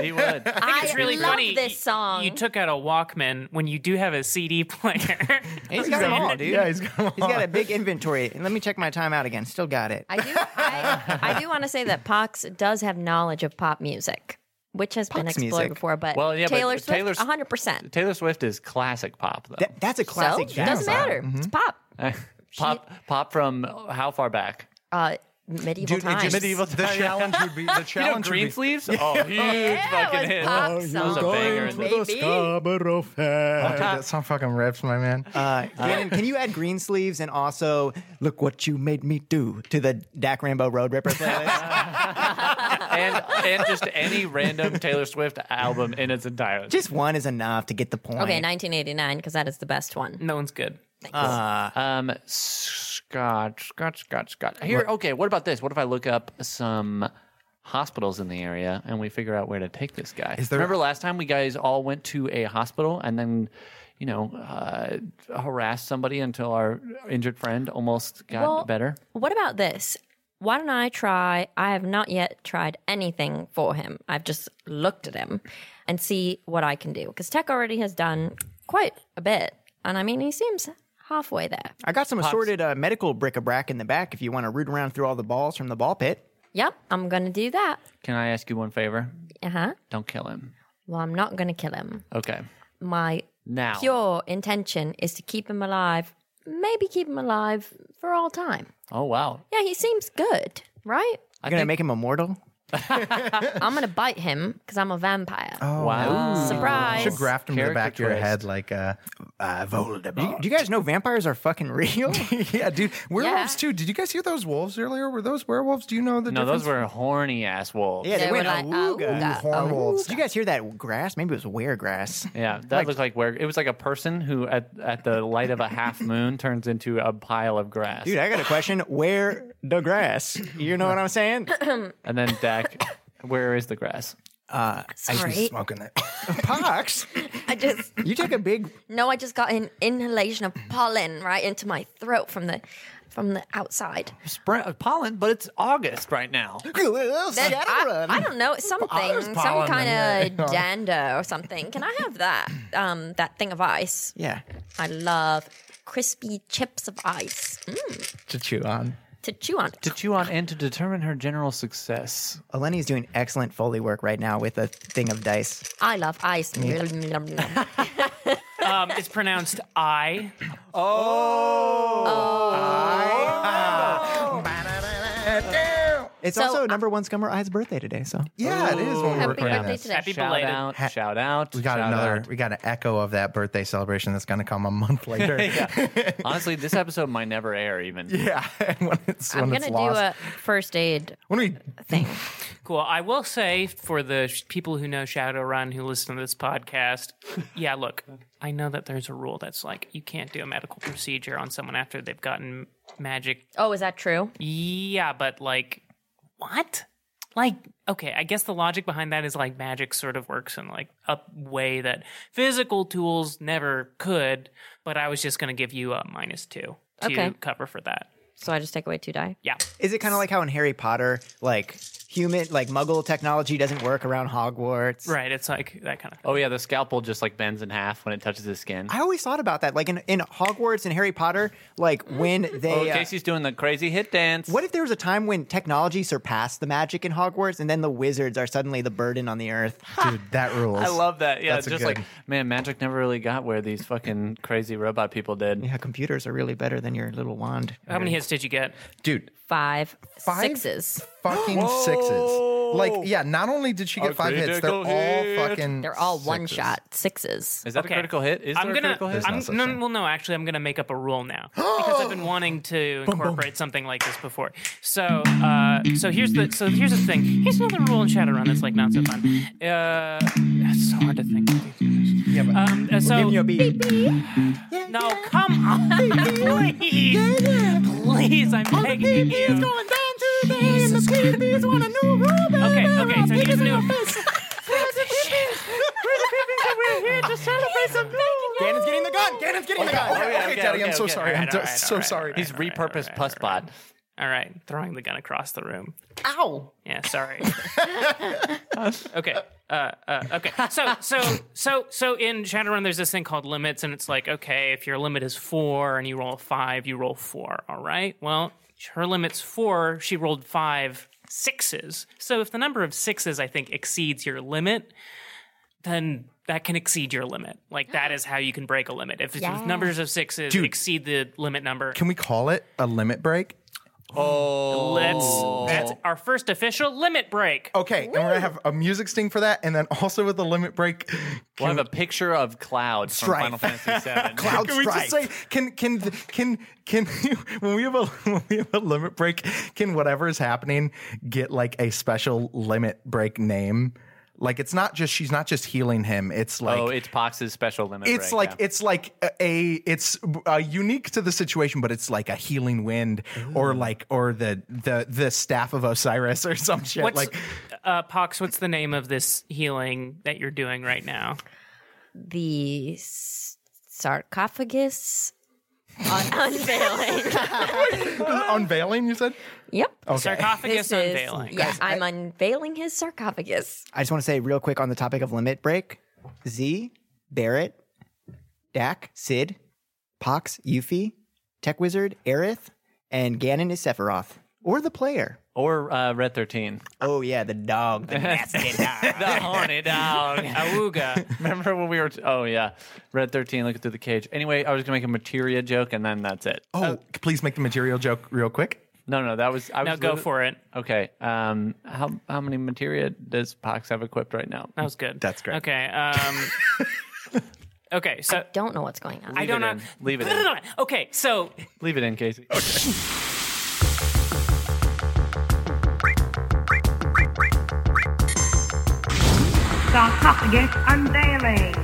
Speaker 6: He would.
Speaker 1: I,
Speaker 2: It's really
Speaker 1: love
Speaker 2: funny.
Speaker 1: this song.
Speaker 2: You took out a Walkman when you do have a CD player.
Speaker 7: he's got 'em all, dude.
Speaker 5: Yeah, he's got 'em
Speaker 7: He's got a big inventory. And let me check my time out again. Still got it.
Speaker 1: I do. I, I do want to say that Pox does have knowledge of pop music, which has been
Speaker 7: Pox
Speaker 1: explored
Speaker 7: music.
Speaker 1: before. But
Speaker 6: Well, yeah, but
Speaker 1: Taylor Swift,
Speaker 6: Taylor's-
Speaker 1: 100. percent
Speaker 6: Taylor Swift is classic pop, though.
Speaker 7: Th- that's a
Speaker 1: So
Speaker 7: classic.
Speaker 1: it
Speaker 7: jazz
Speaker 1: doesn't
Speaker 7: song.
Speaker 1: matter. It's pop.
Speaker 6: pop, pop from how far back?
Speaker 1: Uh, medieval
Speaker 5: Dude, it
Speaker 1: times.
Speaker 5: just, the challenge would be the
Speaker 6: You know,
Speaker 5: challenge would
Speaker 6: green
Speaker 5: be
Speaker 6: sleeves. Oh, huge
Speaker 1: it
Speaker 6: fucking
Speaker 1: was
Speaker 6: hit.
Speaker 1: pop
Speaker 6: That was a
Speaker 1: song.
Speaker 6: banger.
Speaker 1: Going to- Maybe.
Speaker 5: Scarborough Fair. Dude, that song fucking rips, my man.
Speaker 7: Uh, Gannon, can you add green sleeves and also look what you made me do to the Dak Rambo Road Ripper playlist?
Speaker 6: and and just any random Taylor Swift album in its entirety.
Speaker 7: Just one is enough to get the point.
Speaker 1: Okay, 1989 because that is the best one.
Speaker 2: no one's good.
Speaker 6: Um, Scott, Scott, Scott, Scott. Here, okay. What about this? What if I look up some hospitals in the area and we figure out where to take this guy?
Speaker 5: Is there-
Speaker 6: Remember last time we guys all went to a hospital and then, you know, uh, harassed somebody until our injured friend almost got
Speaker 1: Well-
Speaker 6: better.
Speaker 1: What about this? Why don't I try? I have not yet tried anything for him. I've just looked at him and see what I can do because Tech already has done quite a bit, and I mean he seems halfway there.
Speaker 7: I got some assorted uh, medical bric-a-brac in the back if you want to root around through all the balls from the ball pit.
Speaker 1: Yep, I'm gonna do that.
Speaker 6: Can I ask you one favor?
Speaker 1: Uh huh.
Speaker 6: Don't kill him.
Speaker 1: Well, I'm not going to kill him.
Speaker 6: Okay.
Speaker 1: My
Speaker 6: Now,
Speaker 1: pure intention is to keep him alive, maybe keep him alive for all time.
Speaker 6: oh wow,
Speaker 1: Yeah, he seems good, right?
Speaker 7: You're going to make him immortal?
Speaker 1: I'm gonna bite him because I'm a vampire.
Speaker 6: Oh, Wow.
Speaker 1: Surprise!
Speaker 5: Should graft him to the
Speaker 6: Character
Speaker 5: back of your
Speaker 6: twist.
Speaker 5: head like uh, uh, Voldemort.
Speaker 7: Do you guys know vampires are fucking real?
Speaker 5: yeah, dude. Werewolves too. Did you guys hear those wolves earlier? Were those werewolves? Do you know the
Speaker 6: No,
Speaker 5: difference?
Speaker 6: those were horny ass wolves.
Speaker 7: Yeah, they,
Speaker 1: They
Speaker 7: went
Speaker 1: were like, "Oh,
Speaker 7: awooga.
Speaker 1: "Awooga,
Speaker 5: Ooh, horn wolves.
Speaker 7: Did you guys hear that grass? Maybe it was weregrass.
Speaker 6: Yeah, that looked like where it was like a person who at, at the light of a half moon turns into a pile of grass.
Speaker 7: Dude, I got a question. Where the grass? You know what I'm saying?
Speaker 6: and then Dak, where is the grass?
Speaker 1: Sorry,
Speaker 5: smoking it.
Speaker 7: Pox.
Speaker 1: I just
Speaker 7: You took a big.
Speaker 1: no, I just got an inhalation of pollen right into my throat from the from the outside.
Speaker 6: Spring, uh, pollen, but it's August right now.
Speaker 1: Then I, I don't know it's
Speaker 5: There's
Speaker 1: something, some
Speaker 5: pollen
Speaker 1: kind
Speaker 5: in
Speaker 1: of
Speaker 5: there.
Speaker 1: dander or something. Can I have that? Um, that thing of ice.
Speaker 7: Yeah.
Speaker 1: I love crispy chips of ice Mm,
Speaker 5: to chew on.
Speaker 1: to chew on.
Speaker 6: To chew on and to determine her general success.
Speaker 7: Eleni is doing excellent Foley work right now with a thing of dice.
Speaker 1: I love ice. oh,
Speaker 2: Um, it's pronounced I.
Speaker 6: Oh.
Speaker 7: It's
Speaker 1: So,
Speaker 7: also number one scummer Eye's birthday today, so.
Speaker 5: Yeah, it is when we're
Speaker 1: Happy
Speaker 5: recording
Speaker 1: birthday
Speaker 5: this.
Speaker 1: today. Happy
Speaker 6: shout
Speaker 2: belated.
Speaker 6: out, shout out.
Speaker 5: We got
Speaker 6: shout
Speaker 5: another.
Speaker 6: out.
Speaker 5: We got an echo of that birthday celebration that's going to come a month later. yeah,
Speaker 6: Honestly, this episode might never air even.
Speaker 5: when it's when
Speaker 1: I'm
Speaker 5: it's
Speaker 1: gonna do
Speaker 5: lost.
Speaker 1: a Uh, first aid
Speaker 5: when we
Speaker 1: thing.
Speaker 2: Cool. I will say for the sh- people who know Shadowrun who listen to this podcast, yeah, look, I know that there's a rule that's like you can't do a medical procedure on someone after they've gotten magic.
Speaker 1: Oh, is that true?
Speaker 2: Yeah, but like, what? Like, okay, I guess the logic behind that is like magic sort of works in like a way that physical tools never could, but I was just going to give you a minus two to
Speaker 1: Okay.
Speaker 2: cover for that.
Speaker 1: So I just take away two die.
Speaker 2: Yeah.
Speaker 7: Is it kind of like how in Harry Potter, like, human, like, muggle technology doesn't work around Hogwarts?
Speaker 2: Right. It's like that kind of thing.
Speaker 6: Oh yeah, the scalpel just like bends in half when it touches his skin.
Speaker 7: I always thought about that. Like, in, in Hogwarts and Harry Potter, like, when they.
Speaker 6: oh,
Speaker 7: uh,
Speaker 6: Casey's doing the crazy hit dance.
Speaker 7: What if there was a time when technology surpassed the magic in Hogwarts, and then the wizards are suddenly the burden on the earth?
Speaker 5: dude that rules.
Speaker 6: I love that. Yeah,
Speaker 5: That's a
Speaker 6: just
Speaker 5: good-
Speaker 6: like man, magic never really got where these fucking crazy robot people did.
Speaker 7: Yeah, computers are really better than your little wand.
Speaker 2: How many hits did you get?
Speaker 5: dude.
Speaker 1: Five,
Speaker 5: Five?
Speaker 1: sixes.
Speaker 5: Fucking sixes. Like, yeah. Not only did she get
Speaker 6: A
Speaker 5: five hits, they're
Speaker 6: critical
Speaker 5: all
Speaker 6: hit.
Speaker 5: fucking.
Speaker 1: They're all one
Speaker 5: sixes.
Speaker 1: shot sixes.
Speaker 6: Is that
Speaker 2: Okay.
Speaker 6: a critical hit? Is there
Speaker 2: I'm
Speaker 6: a
Speaker 2: gonna.
Speaker 6: critical hit?
Speaker 2: I'm,
Speaker 5: There's no
Speaker 2: no,
Speaker 5: such thing.
Speaker 2: well, no. Actually, I'm gonna make up a rule now because I've been wanting to incorporate something like this before. So, uh, so here's the. So here's the thing. Here's another rule in Shadowrun that's like not so fun. Uh, it's so hard to think. Yeah, but um, uh, so
Speaker 7: Give me a beat.
Speaker 2: no, come on, please, please, I'm begging you.
Speaker 1: Jesus Christ.
Speaker 2: Okay, okay. So here's the new.
Speaker 7: Gannon's getting the gun. Gannon's getting the gun.
Speaker 5: Okay,
Speaker 6: okay,
Speaker 5: Daddy, I'm
Speaker 6: okay,
Speaker 5: so
Speaker 6: okay.
Speaker 5: sorry. I'm
Speaker 2: Alright, alright,
Speaker 5: so
Speaker 2: alright,
Speaker 5: sorry.
Speaker 6: He's repurposed Pussbot.
Speaker 2: All right, throwing the gun across the room.
Speaker 7: Ow.
Speaker 2: Yeah, sorry. okay. Uh, uh, okay. So so so so in Shadowrun, there's this thing called limits, and it's like, okay, if your limit is four and you roll a five, you roll four. All right. Well, her limit's four. She rolled five sixes. So if the number of sixes, I think, exceeds your limit, then that can exceed your limit. Like that is how you can break a limit. If,
Speaker 1: Yeah.
Speaker 2: if numbers of sixes
Speaker 5: Dude.
Speaker 2: exceed the limit number,
Speaker 5: Can we call it a limit break?
Speaker 2: let's that's our first official limit break.
Speaker 5: Okay, and we're gonna have a music sting for that, and then also with the limit break,
Speaker 6: We'll have a picture of Cloud from
Speaker 5: Strife.
Speaker 6: Final Fantasy VII.
Speaker 5: Cloud can we just say
Speaker 7: Strife.
Speaker 5: can can can can when we have a when we have a limit break, can whatever is happening get like a special limit break name? Like it's not just she's not just healing him. It's like
Speaker 6: oh, it's Pox's special limit.
Speaker 5: it's
Speaker 6: break,
Speaker 5: like
Speaker 6: yeah.
Speaker 5: it's like a, a it's uh, unique to the situation, but it's like a healing wind or like or the the the staff of Osiris or some shit.
Speaker 2: What's
Speaker 5: like
Speaker 2: uh, Pox? What's the name of this healing that you're doing right now?
Speaker 1: The s- sarcophagus un- unveiling.
Speaker 5: unveiling, you said.
Speaker 1: yep.
Speaker 2: Sarcophagus
Speaker 1: This is-
Speaker 2: unveiling.
Speaker 1: Yeah, I'm unveiling his sarcophagus.
Speaker 7: I just want to say real quick on the topic of limit break. Z, Barrett, Dak, Sid, Pox, Yuffie, Tech Wizard, Aerith, and Ganon is Sephiroth. Or the player.
Speaker 6: or uh, Red Thirteen.
Speaker 7: Oh yeah, the dog. The nasty dog.
Speaker 6: The horny dog.
Speaker 2: Awooga.
Speaker 6: Remember when we were? T- oh yeah, Red Thirteen. Look through the cage. Anyway, I was gonna make a materia joke, and then that's it.
Speaker 5: Oh, please make the material joke real quick.
Speaker 6: No, no, that was. I
Speaker 2: Now
Speaker 6: was
Speaker 2: go
Speaker 6: literally-
Speaker 2: for it.
Speaker 6: Okay. Um, how how many materia does Pox have equipped right now?
Speaker 2: That was good.
Speaker 5: That's great.
Speaker 2: Okay. Um, okay. So
Speaker 1: Don't know what's going on.
Speaker 2: I don't
Speaker 6: it
Speaker 2: know.
Speaker 6: in. Leave it in.
Speaker 2: Okay. So
Speaker 6: Leave it in, Casey.
Speaker 10: Sarcophagus Unveiling.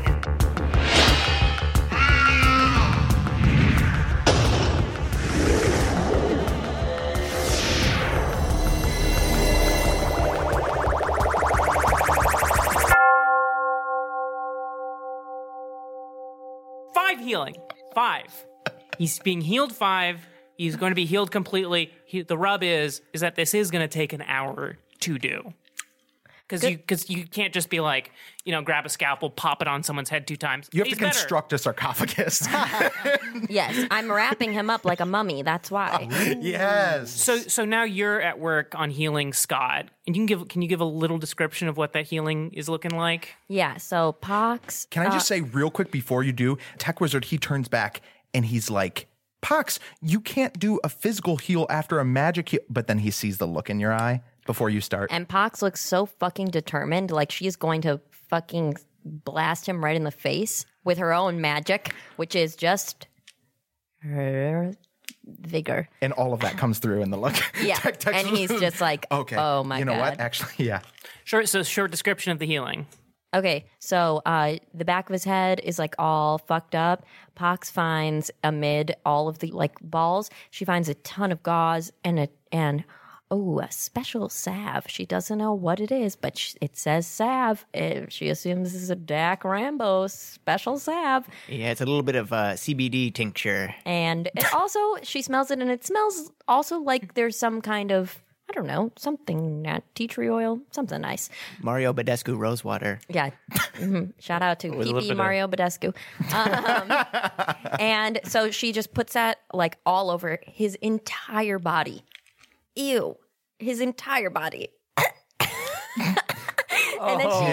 Speaker 2: five healing. Five. He's being healed five. He's going to be healed completely. He, the rub is is that this is going to take an hour to do. Because you, cause you can't just be like, you know, grab a scalpel, pop it on someone's head two times.
Speaker 5: You have
Speaker 2: He's
Speaker 5: to
Speaker 2: better.
Speaker 5: construct a sarcophagus.
Speaker 1: Yes, I'm wrapping him up like a mummy. That's why.
Speaker 5: yes.
Speaker 2: So, so now you're at work on healing Scott, and you can give can you give a little description of what that healing is looking like?
Speaker 1: Yeah. So pox.
Speaker 5: Can I just say real quick before you do, Tech Wizard, he turns back and he's like, Pox, you can't do a physical heal after a magic heal. But then he sees the look in your eye before you start.
Speaker 1: And Pox looks so fucking determined, like she's going to fucking blast him right in the face with her own magic, which is just her vigor.
Speaker 5: and all of that comes through in the look.
Speaker 1: Yeah,
Speaker 5: Tech- Tech
Speaker 1: and he's
Speaker 5: Wizard-
Speaker 1: just like,
Speaker 5: okay.
Speaker 1: oh my
Speaker 5: You know what?
Speaker 1: God.
Speaker 5: Actually, yeah.
Speaker 2: Short, so short description of the healing.
Speaker 1: Okay, so uh, the back of his head is like all fucked up. Pox finds amid all of the like balls, she finds a ton of gauze and a and oh a special salve. She doesn't know what it is, but sh it says salve. Eh, she assumes this is a Dak Rambo special salve,
Speaker 7: Yeah, it's a little bit of uh, CBD tincture.
Speaker 1: and it also she smells it, and it smells also like there's some kind of I don't know something not tea tree oil, something nice.
Speaker 7: Mario Badescu Rosewater.
Speaker 1: Yeah. Mhm. Shout out to PP Mario Badescu. Um, and so she just puts that like all over his entire body. Ew. His entire body. and then
Speaker 11: Oh.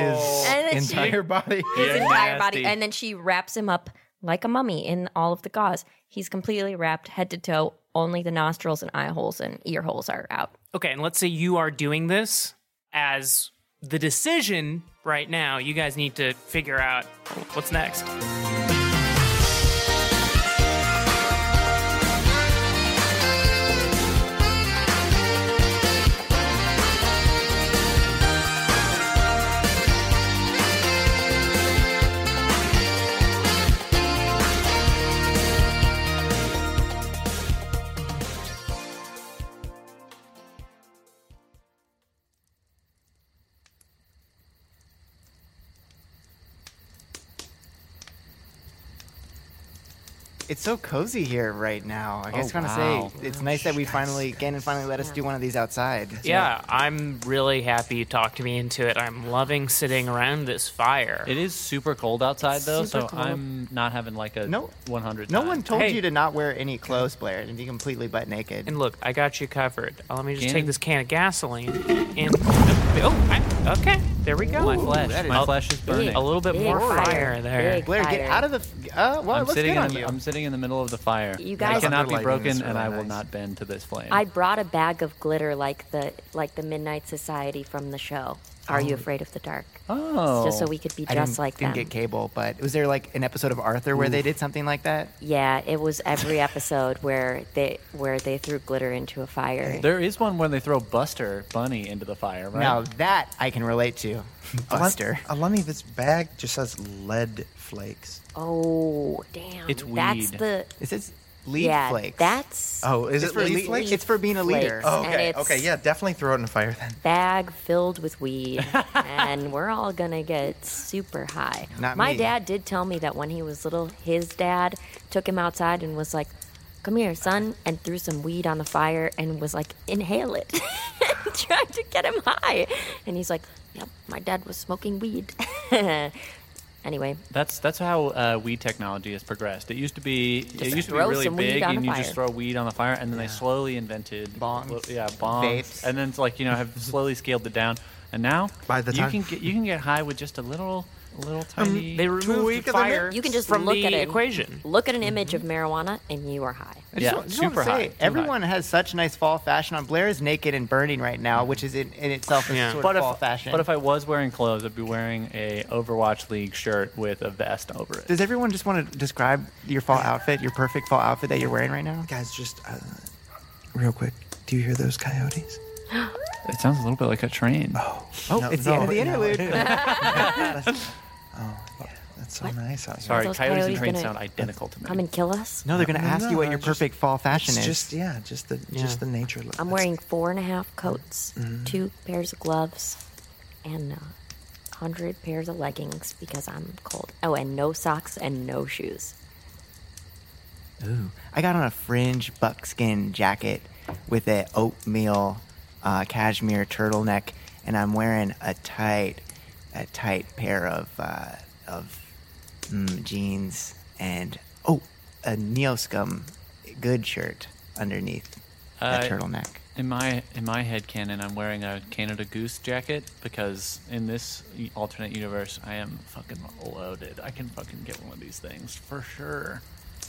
Speaker 1: she, and then
Speaker 5: His
Speaker 1: she,
Speaker 5: entire body.
Speaker 1: his entire body.
Speaker 6: nasty.
Speaker 1: And then she wraps him up like a mummy in all of the gauze. He's completely wrapped head to toe. Only the nostrils and eye holes and ear holes are out.
Speaker 2: Okay, and let's say you are doing this as the decision right now. You guys need to figure out what's next.
Speaker 7: It's so cozy here right now. I guess
Speaker 6: Oh,
Speaker 7: I want to
Speaker 6: wow.
Speaker 7: say it's nice that we finally, Ganon finally let us do one of these outside.
Speaker 2: Yeah, I'm really happy you talked to me into it. I'm loving sitting around this fire.
Speaker 6: It is super cold outside though, so
Speaker 1: Super cold.
Speaker 6: I'm not having like a
Speaker 7: No-
Speaker 6: 100.
Speaker 7: No
Speaker 6: time.
Speaker 7: one told
Speaker 2: Hey.
Speaker 7: you to not wear any clothes, Blair, and be completely butt naked.
Speaker 2: and look, I got you covered. Uh, let me just
Speaker 6: Can-
Speaker 2: take this can of gasoline and oh, I, okay, there we go.
Speaker 6: My flesh, my flesh is burning.
Speaker 2: Oh, A little bit
Speaker 1: Big
Speaker 2: more fire there.
Speaker 1: Big
Speaker 7: Blair, get
Speaker 1: fire.
Speaker 7: out of the. F- uh, well, it
Speaker 6: I'm
Speaker 7: looks
Speaker 6: sitting
Speaker 7: good
Speaker 6: in
Speaker 7: on
Speaker 6: the,
Speaker 7: you.
Speaker 6: I'm sitting in the middle of the fire.
Speaker 1: You
Speaker 6: I
Speaker 1: guys-
Speaker 6: cannot be
Speaker 5: Underlighting is
Speaker 6: broken,
Speaker 5: really
Speaker 6: and I will
Speaker 5: nice.
Speaker 6: not bend to this flame.
Speaker 1: I brought a bag of glitter like the like the Midnight Society from the show. Are you afraid of the dark?
Speaker 6: oh,
Speaker 1: Just so we could be
Speaker 7: I
Speaker 1: dressed
Speaker 7: didn't,
Speaker 1: like
Speaker 7: didn't
Speaker 1: them.
Speaker 7: get cable, but was there like an episode of Arthur where they did something like that?
Speaker 1: yeah, it was every episode where they where they threw glitter into a fire.
Speaker 6: there is one where they throw Buster Bunny into the fire, right?
Speaker 7: Now that I can relate to, Buster.
Speaker 11: Alani, this bag just has lead flakes.
Speaker 1: Oh, damn!
Speaker 6: It's
Speaker 1: That's
Speaker 6: weed.
Speaker 1: the
Speaker 7: It says lead
Speaker 1: yeah.
Speaker 7: flakes.
Speaker 1: That's
Speaker 11: Oh, is
Speaker 7: It's
Speaker 11: it
Speaker 7: for
Speaker 11: leaf
Speaker 7: leaf-
Speaker 11: flakes?
Speaker 7: It's for being a leader.
Speaker 1: flakes,
Speaker 11: Oh,
Speaker 1: and
Speaker 11: okay.
Speaker 1: it's
Speaker 11: Okay, yeah, definitely throw it in the fire then.
Speaker 1: Bag filled with weed, and we're all gonna get super high.
Speaker 7: Not
Speaker 1: My
Speaker 7: me.
Speaker 1: dad did tell me that when he was little, his dad took him outside and was like, "Come here, son," and threw some weed on the fire and was like, "Inhale it," and tried to get him high. And he's like, "Yep, my dad was smoking weed." anyway,
Speaker 6: That's that's how uh, weed technology has progressed. It used to be it used to be
Speaker 1: throw
Speaker 6: really
Speaker 1: some weed
Speaker 6: big,
Speaker 1: on
Speaker 6: and
Speaker 1: the
Speaker 6: you just
Speaker 1: fire.
Speaker 6: throw weed on the fire, and then they slowly invented
Speaker 7: Bongs,
Speaker 6: li- yeah, bongs,
Speaker 7: vapes.
Speaker 6: and then it's like you know have slowly scaled it down, and now
Speaker 11: By the
Speaker 6: you
Speaker 11: time-
Speaker 6: can get you can get high with just a little little
Speaker 7: Um,
Speaker 6: tiny.
Speaker 2: They removed the
Speaker 11: tweak of the
Speaker 2: fire
Speaker 11: mix.
Speaker 1: You can just
Speaker 2: from
Speaker 1: look
Speaker 2: the
Speaker 1: at it.
Speaker 2: equation.
Speaker 1: Look at an image of marijuana and you are high.
Speaker 6: Yeah,
Speaker 7: I just, wa- just wanna
Speaker 6: super
Speaker 7: say,
Speaker 6: high, too high.
Speaker 7: Everyone has such nice fall fashion on. Blair is naked and burning right now, which is in, in itself a
Speaker 2: Yeah.
Speaker 7: sort
Speaker 6: but
Speaker 7: of fall
Speaker 6: if,
Speaker 7: fashion.
Speaker 6: but if I was wearing clothes, I'd be wearing a Overwatch League shirt with a vest over it.
Speaker 7: Does everyone just want to describe your fall outfit, your perfect fall outfit that you're wearing right now?
Speaker 11: Guys, just uh, real quick. Do you hear those coyotes?
Speaker 6: It sounds a little bit like a train.
Speaker 7: Oh,
Speaker 11: No,
Speaker 7: it's the
Speaker 11: no,
Speaker 7: end of
Speaker 11: wait,
Speaker 7: the
Speaker 11: no,
Speaker 7: interlude.
Speaker 11: wait, no. That's- oh, yeah, that's so nice. out here.
Speaker 6: Sorry,
Speaker 1: Those
Speaker 6: coyotes, and
Speaker 1: coyotes
Speaker 6: trains
Speaker 1: gonna
Speaker 6: sound identical to me.
Speaker 1: Come and kill us.
Speaker 7: No, they're going to
Speaker 11: No,
Speaker 7: ask
Speaker 11: no,
Speaker 7: you what
Speaker 11: no,
Speaker 7: your
Speaker 11: just-
Speaker 7: perfect fall fashion
Speaker 11: It's
Speaker 7: is.
Speaker 11: just yeah, just the just the nature look. That's-
Speaker 1: I'm
Speaker 11: Mm-hmm.
Speaker 1: wearing four and a half coats, two pairs of gloves, and uh, 100 pairs of leggings because I'm cold. Oh, and no socks and no shoes.
Speaker 7: I got on a fringe buckskin jacket with a oatmeal uh, cashmere turtleneck, and I'm wearing a tight, a tight pair of uh, of mm, jeans and oh, a neoscum good shirt underneath
Speaker 6: Uh,
Speaker 7: that turtleneck.
Speaker 6: In my in my head canon, I'm wearing a Canada Goose jacket because in this y- alternate universe, I am fucking loaded. I can fucking get one of these things for sure.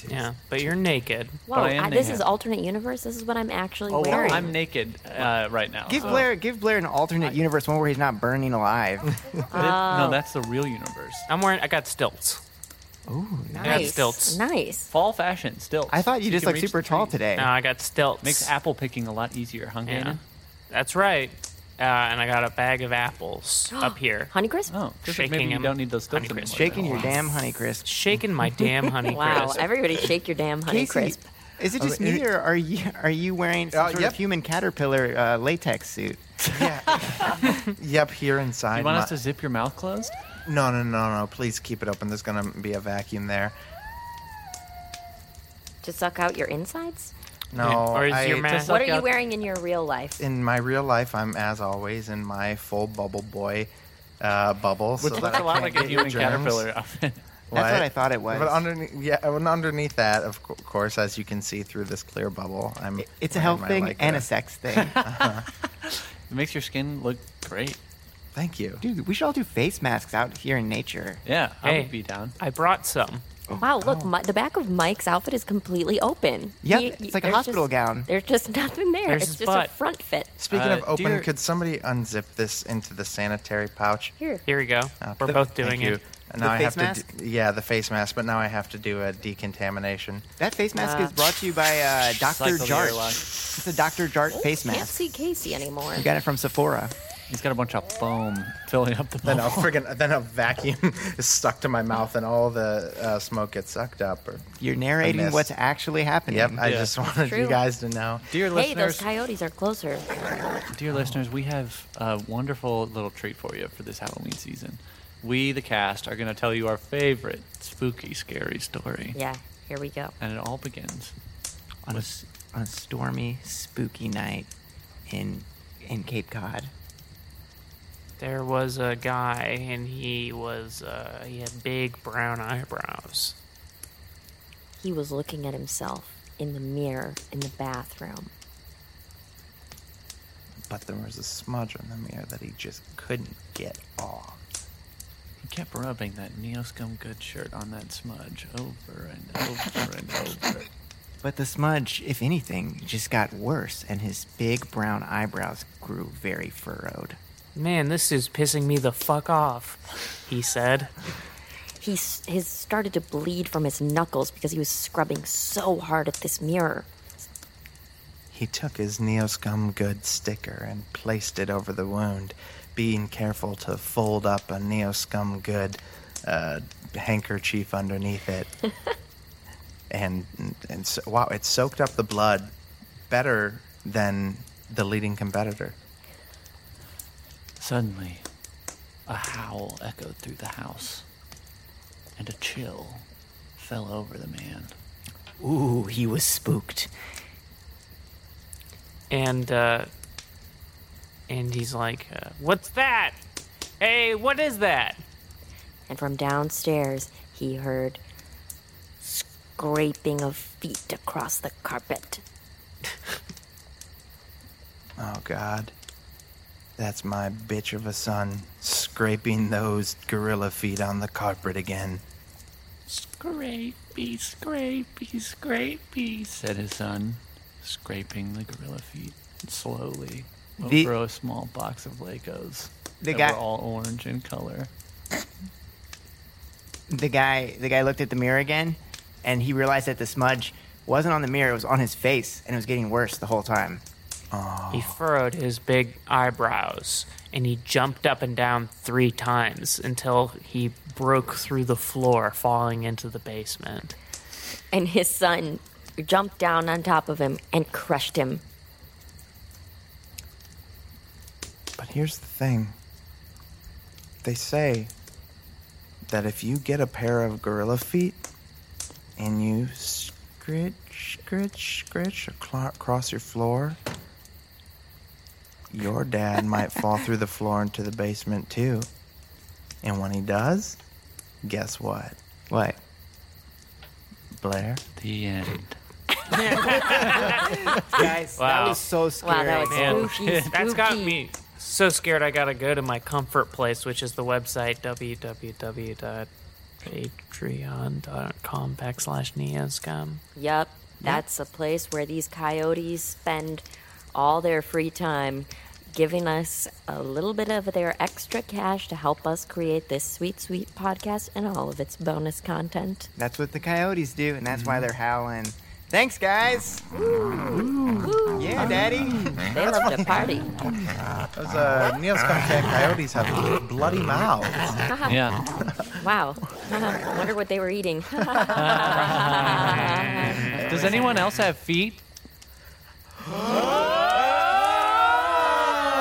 Speaker 2: Yeah, but you're naked.
Speaker 1: Whoa,
Speaker 6: I am
Speaker 1: I- this
Speaker 6: naked.
Speaker 1: is alternate universe. This is what I'm actually
Speaker 6: Oh,
Speaker 1: wearing.
Speaker 6: I'm naked uh, right now.
Speaker 7: Give
Speaker 6: so-
Speaker 7: Blair, give Blair an alternate universe one where he's not burning alive.
Speaker 6: But it- no,
Speaker 7: Oh.
Speaker 6: that's the real universe.
Speaker 2: I'm wearing. I got stilts.
Speaker 1: nice.
Speaker 2: got stilts.
Speaker 1: Nice.
Speaker 6: Fall fashion still.
Speaker 7: I thought you
Speaker 6: So
Speaker 7: just
Speaker 6: can
Speaker 7: looked
Speaker 6: reach
Speaker 7: super
Speaker 6: the
Speaker 7: tall
Speaker 6: trees.
Speaker 7: today.
Speaker 2: No, I got stilts.
Speaker 6: Makes apple picking a lot easier. Huh,
Speaker 2: Yeah,
Speaker 6: Gannon?
Speaker 2: that's right. Uh, and I got a bag of apples up here.
Speaker 1: Honeycrisp?
Speaker 6: Oh, just like
Speaker 2: Shaking
Speaker 6: maybe you
Speaker 2: him.
Speaker 6: don't need those
Speaker 2: Honey
Speaker 6: stilts anymore.
Speaker 2: crisp.
Speaker 7: Shaking your damn honey crisp.
Speaker 2: Shaking my damn honey
Speaker 1: Wow,
Speaker 2: crisp.
Speaker 1: everybody shake your damn honey
Speaker 7: Casey,
Speaker 1: crisp.
Speaker 7: Is it just
Speaker 11: Oh, it-
Speaker 7: me, or are you are you wearing some
Speaker 11: Uh,
Speaker 7: sort
Speaker 11: yep.
Speaker 7: of human caterpillar uh, latex suit?
Speaker 11: Yep, here inside.
Speaker 6: You want
Speaker 11: my-
Speaker 6: us to zip your mouth closed?
Speaker 11: No, no, no, no. Please keep it open. There's gonna be a vacuum there.
Speaker 1: To suck out your insides?
Speaker 11: No,
Speaker 2: Or is
Speaker 11: I-
Speaker 2: your mask- Suck
Speaker 1: What are you
Speaker 2: out-
Speaker 1: wearing in your real life?
Speaker 11: in my real life, I'm as always in my full bubble boy uh, bubble. so
Speaker 6: Which
Speaker 11: that
Speaker 6: looks
Speaker 11: I
Speaker 6: a lot
Speaker 11: can't
Speaker 6: like a
Speaker 11: get
Speaker 6: human
Speaker 11: germs.
Speaker 6: caterpillar outfit.
Speaker 7: That's what I thought it was.
Speaker 11: But underneath, yeah, and underneath that, of co- course, as you can see through this clear bubble, I'm.
Speaker 7: it's a
Speaker 11: wearing
Speaker 7: health
Speaker 11: my
Speaker 7: thing
Speaker 11: Lycra.
Speaker 7: and a sex thing.
Speaker 6: It makes your skin look great.
Speaker 11: Thank you.
Speaker 7: Dude, we should all do face masks out here in nature.
Speaker 6: Yeah, I
Speaker 2: Hey.
Speaker 6: would be down.
Speaker 2: I brought some.
Speaker 7: Oh,
Speaker 1: Wow, look, my, the back of Mike's outfit is completely open.
Speaker 7: Yep, it's like a
Speaker 1: there's
Speaker 7: hospital
Speaker 1: just-
Speaker 7: gown.
Speaker 1: There's just nothing there.
Speaker 2: There's
Speaker 1: it's
Speaker 2: his
Speaker 1: just
Speaker 2: butt.
Speaker 1: a front fit.
Speaker 11: Speaking
Speaker 6: Uh,
Speaker 11: of open,
Speaker 6: dear-
Speaker 11: could somebody unzip this into the sanitary pouch?
Speaker 1: Here.
Speaker 2: Here we go.
Speaker 11: Uh,
Speaker 2: We're
Speaker 11: th-
Speaker 2: both
Speaker 11: thank
Speaker 2: doing
Speaker 11: you.
Speaker 2: it.
Speaker 11: And now
Speaker 7: The
Speaker 11: I
Speaker 7: face
Speaker 11: have
Speaker 7: mask?
Speaker 11: to. Do, yeah, the face mask. But now I have to do a decontamination.
Speaker 7: That face mask is brought to you by uh, Dr.
Speaker 6: Cycle the airlock. Oh,
Speaker 7: Jart. It's a Dr. Jart face
Speaker 1: Can't
Speaker 7: mask.
Speaker 1: see Casey anymore.
Speaker 7: We got it from Sephora.
Speaker 6: He's got a bunch of foam filling up the
Speaker 11: Then a
Speaker 5: Oh.
Speaker 6: bubble.
Speaker 11: friggin' then a vacuum is stuck to my mouth, and all the uh, smoke gets sucked up. Or,
Speaker 7: You're narrating
Speaker 11: missed.
Speaker 7: what's actually happening.
Speaker 11: yep, I
Speaker 6: Yeah.
Speaker 11: just wanted
Speaker 1: True.
Speaker 11: you guys to know.
Speaker 6: Dear
Speaker 1: Hey,
Speaker 6: listeners,
Speaker 1: those coyotes are closer.
Speaker 6: dear listeners, we have a wonderful little treat for you for this Halloween season. We, the cast, are going to tell you our favorite spooky, scary story,
Speaker 1: Yeah, here we go.
Speaker 6: and it all begins
Speaker 7: On a, s- on a stormy, spooky night in in Cape Cod.
Speaker 2: There was a guy, and he was uh, he had big brown eyebrows.
Speaker 1: He was looking at himself in the mirror in the bathroom.
Speaker 11: But there was a smudge on the mirror that he just couldn't get off.
Speaker 6: He kept rubbing that Neoscum Good shirt on that smudge over and over and over.
Speaker 7: But the smudge, if anything, just got worse, and his big brown eyebrows grew very furrowed.
Speaker 2: Man, this is pissing me the fuck off, he said.
Speaker 1: He s- his started to bleed from his knuckles because he was scrubbing so hard at this mirror.
Speaker 11: He took his Neoscum Good sticker and placed it over the wound, being careful to fold up a Neoscum Good uh, handkerchief underneath it. and and so, wow, it soaked up the blood better than the leading competitor.
Speaker 6: Suddenly, a howl echoed through the house, and a chill fell over the man.
Speaker 7: Ooh, he was spooked.
Speaker 2: And uh, and he's like, uh, "What's that? Hey, what is that?"
Speaker 1: And from downstairs, he heard scraping of feet across the carpet.
Speaker 11: Oh God, that's my bitch of a son. Sc-
Speaker 5: scraping those gorilla feet on the carpet again.
Speaker 6: Scrapey, scrapey, scrapey, said his son, scraping the gorilla feet slowly
Speaker 7: The-
Speaker 6: over a small box of Legos.
Speaker 7: The
Speaker 6: that
Speaker 7: guy-
Speaker 6: were all orange in color.
Speaker 7: the guy the guy looked at the mirror again and he realized that the smudge wasn't on the mirror it was on his face and it was getting worse the whole time
Speaker 2: He
Speaker 1: Oh.
Speaker 2: furrowed his big eyebrows and he jumped up and down three times until he broke through the floor, falling into the basement.
Speaker 1: And his son jumped down on top of him and crushed him.
Speaker 5: But here's the thing they say that if you get a pair of gorilla feet and you scritch, scritch, scritch across your floor, your dad might fall through the floor into the basement too. And when he does, guess what?
Speaker 7: what
Speaker 5: Blair?
Speaker 6: The end.
Speaker 7: guys that
Speaker 2: Wow.
Speaker 7: was so scary
Speaker 1: Wow, that was spooky, spooky.
Speaker 2: That's got me so scared I gotta go to my comfort place, which is the website www.patreon.com backslash neoscum.
Speaker 1: Yep. That's a place where these coyotes spend all their free time giving us a little bit of their extra cash to help us create this sweet, sweet podcast and all of its bonus content.
Speaker 7: that's what the coyotes do and that's why they're howling thanks guys yeah daddy
Speaker 1: They love to party.
Speaker 4: That was uh, Neil's contact coyotes have a bloody mouths.
Speaker 6: Yeah.
Speaker 1: Wow. Wonder what they were eating.
Speaker 6: Does anyone else have feet?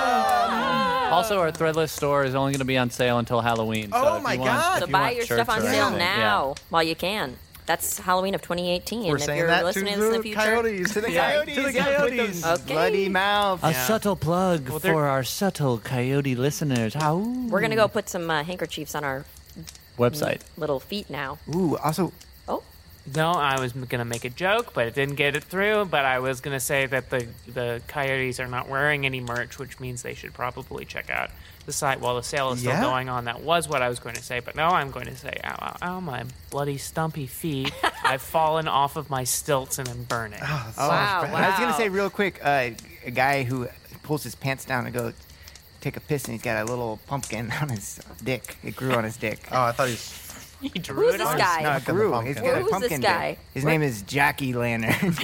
Speaker 6: also, our threadless store is only going to be on sale until Halloween.
Speaker 4: Oh
Speaker 6: if
Speaker 4: my
Speaker 6: you want-
Speaker 4: God.
Speaker 6: if
Speaker 1: so
Speaker 6: you
Speaker 1: buy
Speaker 6: want
Speaker 1: your stuff
Speaker 6: shirts
Speaker 1: on
Speaker 6: or
Speaker 1: sale
Speaker 6: anything, yeah.
Speaker 1: now while you can. That's Halloween of 2018.
Speaker 4: We're
Speaker 1: if
Speaker 4: saying
Speaker 1: you're
Speaker 4: that to
Speaker 1: listening to this in the
Speaker 4: the
Speaker 1: future,
Speaker 4: coyotes. To the
Speaker 7: coyotes
Speaker 4: To the coyotes.
Speaker 1: Okay.
Speaker 7: bloody mouth
Speaker 6: A subtle plug
Speaker 2: they're-
Speaker 6: for our subtle coyote listeners. How
Speaker 1: we're gonna go put some uh, handkerchiefs on our
Speaker 6: website.
Speaker 1: little feet now.
Speaker 7: ooh also
Speaker 1: Oh,
Speaker 2: No, I was gonna make a joke, but it didn't get it through. But I was gonna say that the the coyotes are not wearing any merch, which means they should probably check out the site while the sale is still
Speaker 4: Yeah.
Speaker 2: going on. That was what I was going to say, but now I'm going to say, "Ow, ow, ow! My bloody stumpy feet! I've fallen off of my stilts and I'm burning."
Speaker 1: wow, wow.
Speaker 7: I was gonna say real quick, uh, a guy who pulls his pants down to go take a piss, and he's got a little pumpkin on his dick. It grew on his dick.
Speaker 4: Oh, I thought he was.
Speaker 2: He drew
Speaker 1: Who's
Speaker 2: it
Speaker 1: this
Speaker 2: on-
Speaker 1: guy?
Speaker 4: not
Speaker 7: it grew. He's
Speaker 4: pumpkin.
Speaker 7: got a
Speaker 1: Who's this
Speaker 7: pumpkin dick.
Speaker 1: guy?
Speaker 7: His name is Jockey Lantern.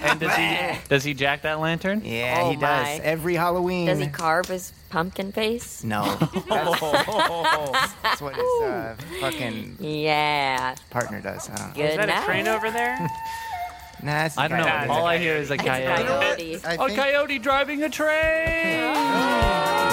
Speaker 6: And does he does he jack that lantern?
Speaker 7: yeah,
Speaker 1: Oh
Speaker 7: he does
Speaker 1: my.
Speaker 7: every Halloween.
Speaker 1: Does he carve his pumpkin face?
Speaker 7: no, that's,
Speaker 4: Oh.
Speaker 7: that's what his uh, fucking
Speaker 1: Yeah.
Speaker 7: partner does. I don't know.
Speaker 2: Oh, Is
Speaker 1: Good
Speaker 2: that a train
Speaker 1: night.
Speaker 2: over there?
Speaker 7: Nah, that's
Speaker 6: I don't know.
Speaker 7: guy.
Speaker 6: All I hear is a coyote.
Speaker 1: Coyote.
Speaker 4: I
Speaker 6: A
Speaker 4: think-
Speaker 6: coyote driving a train.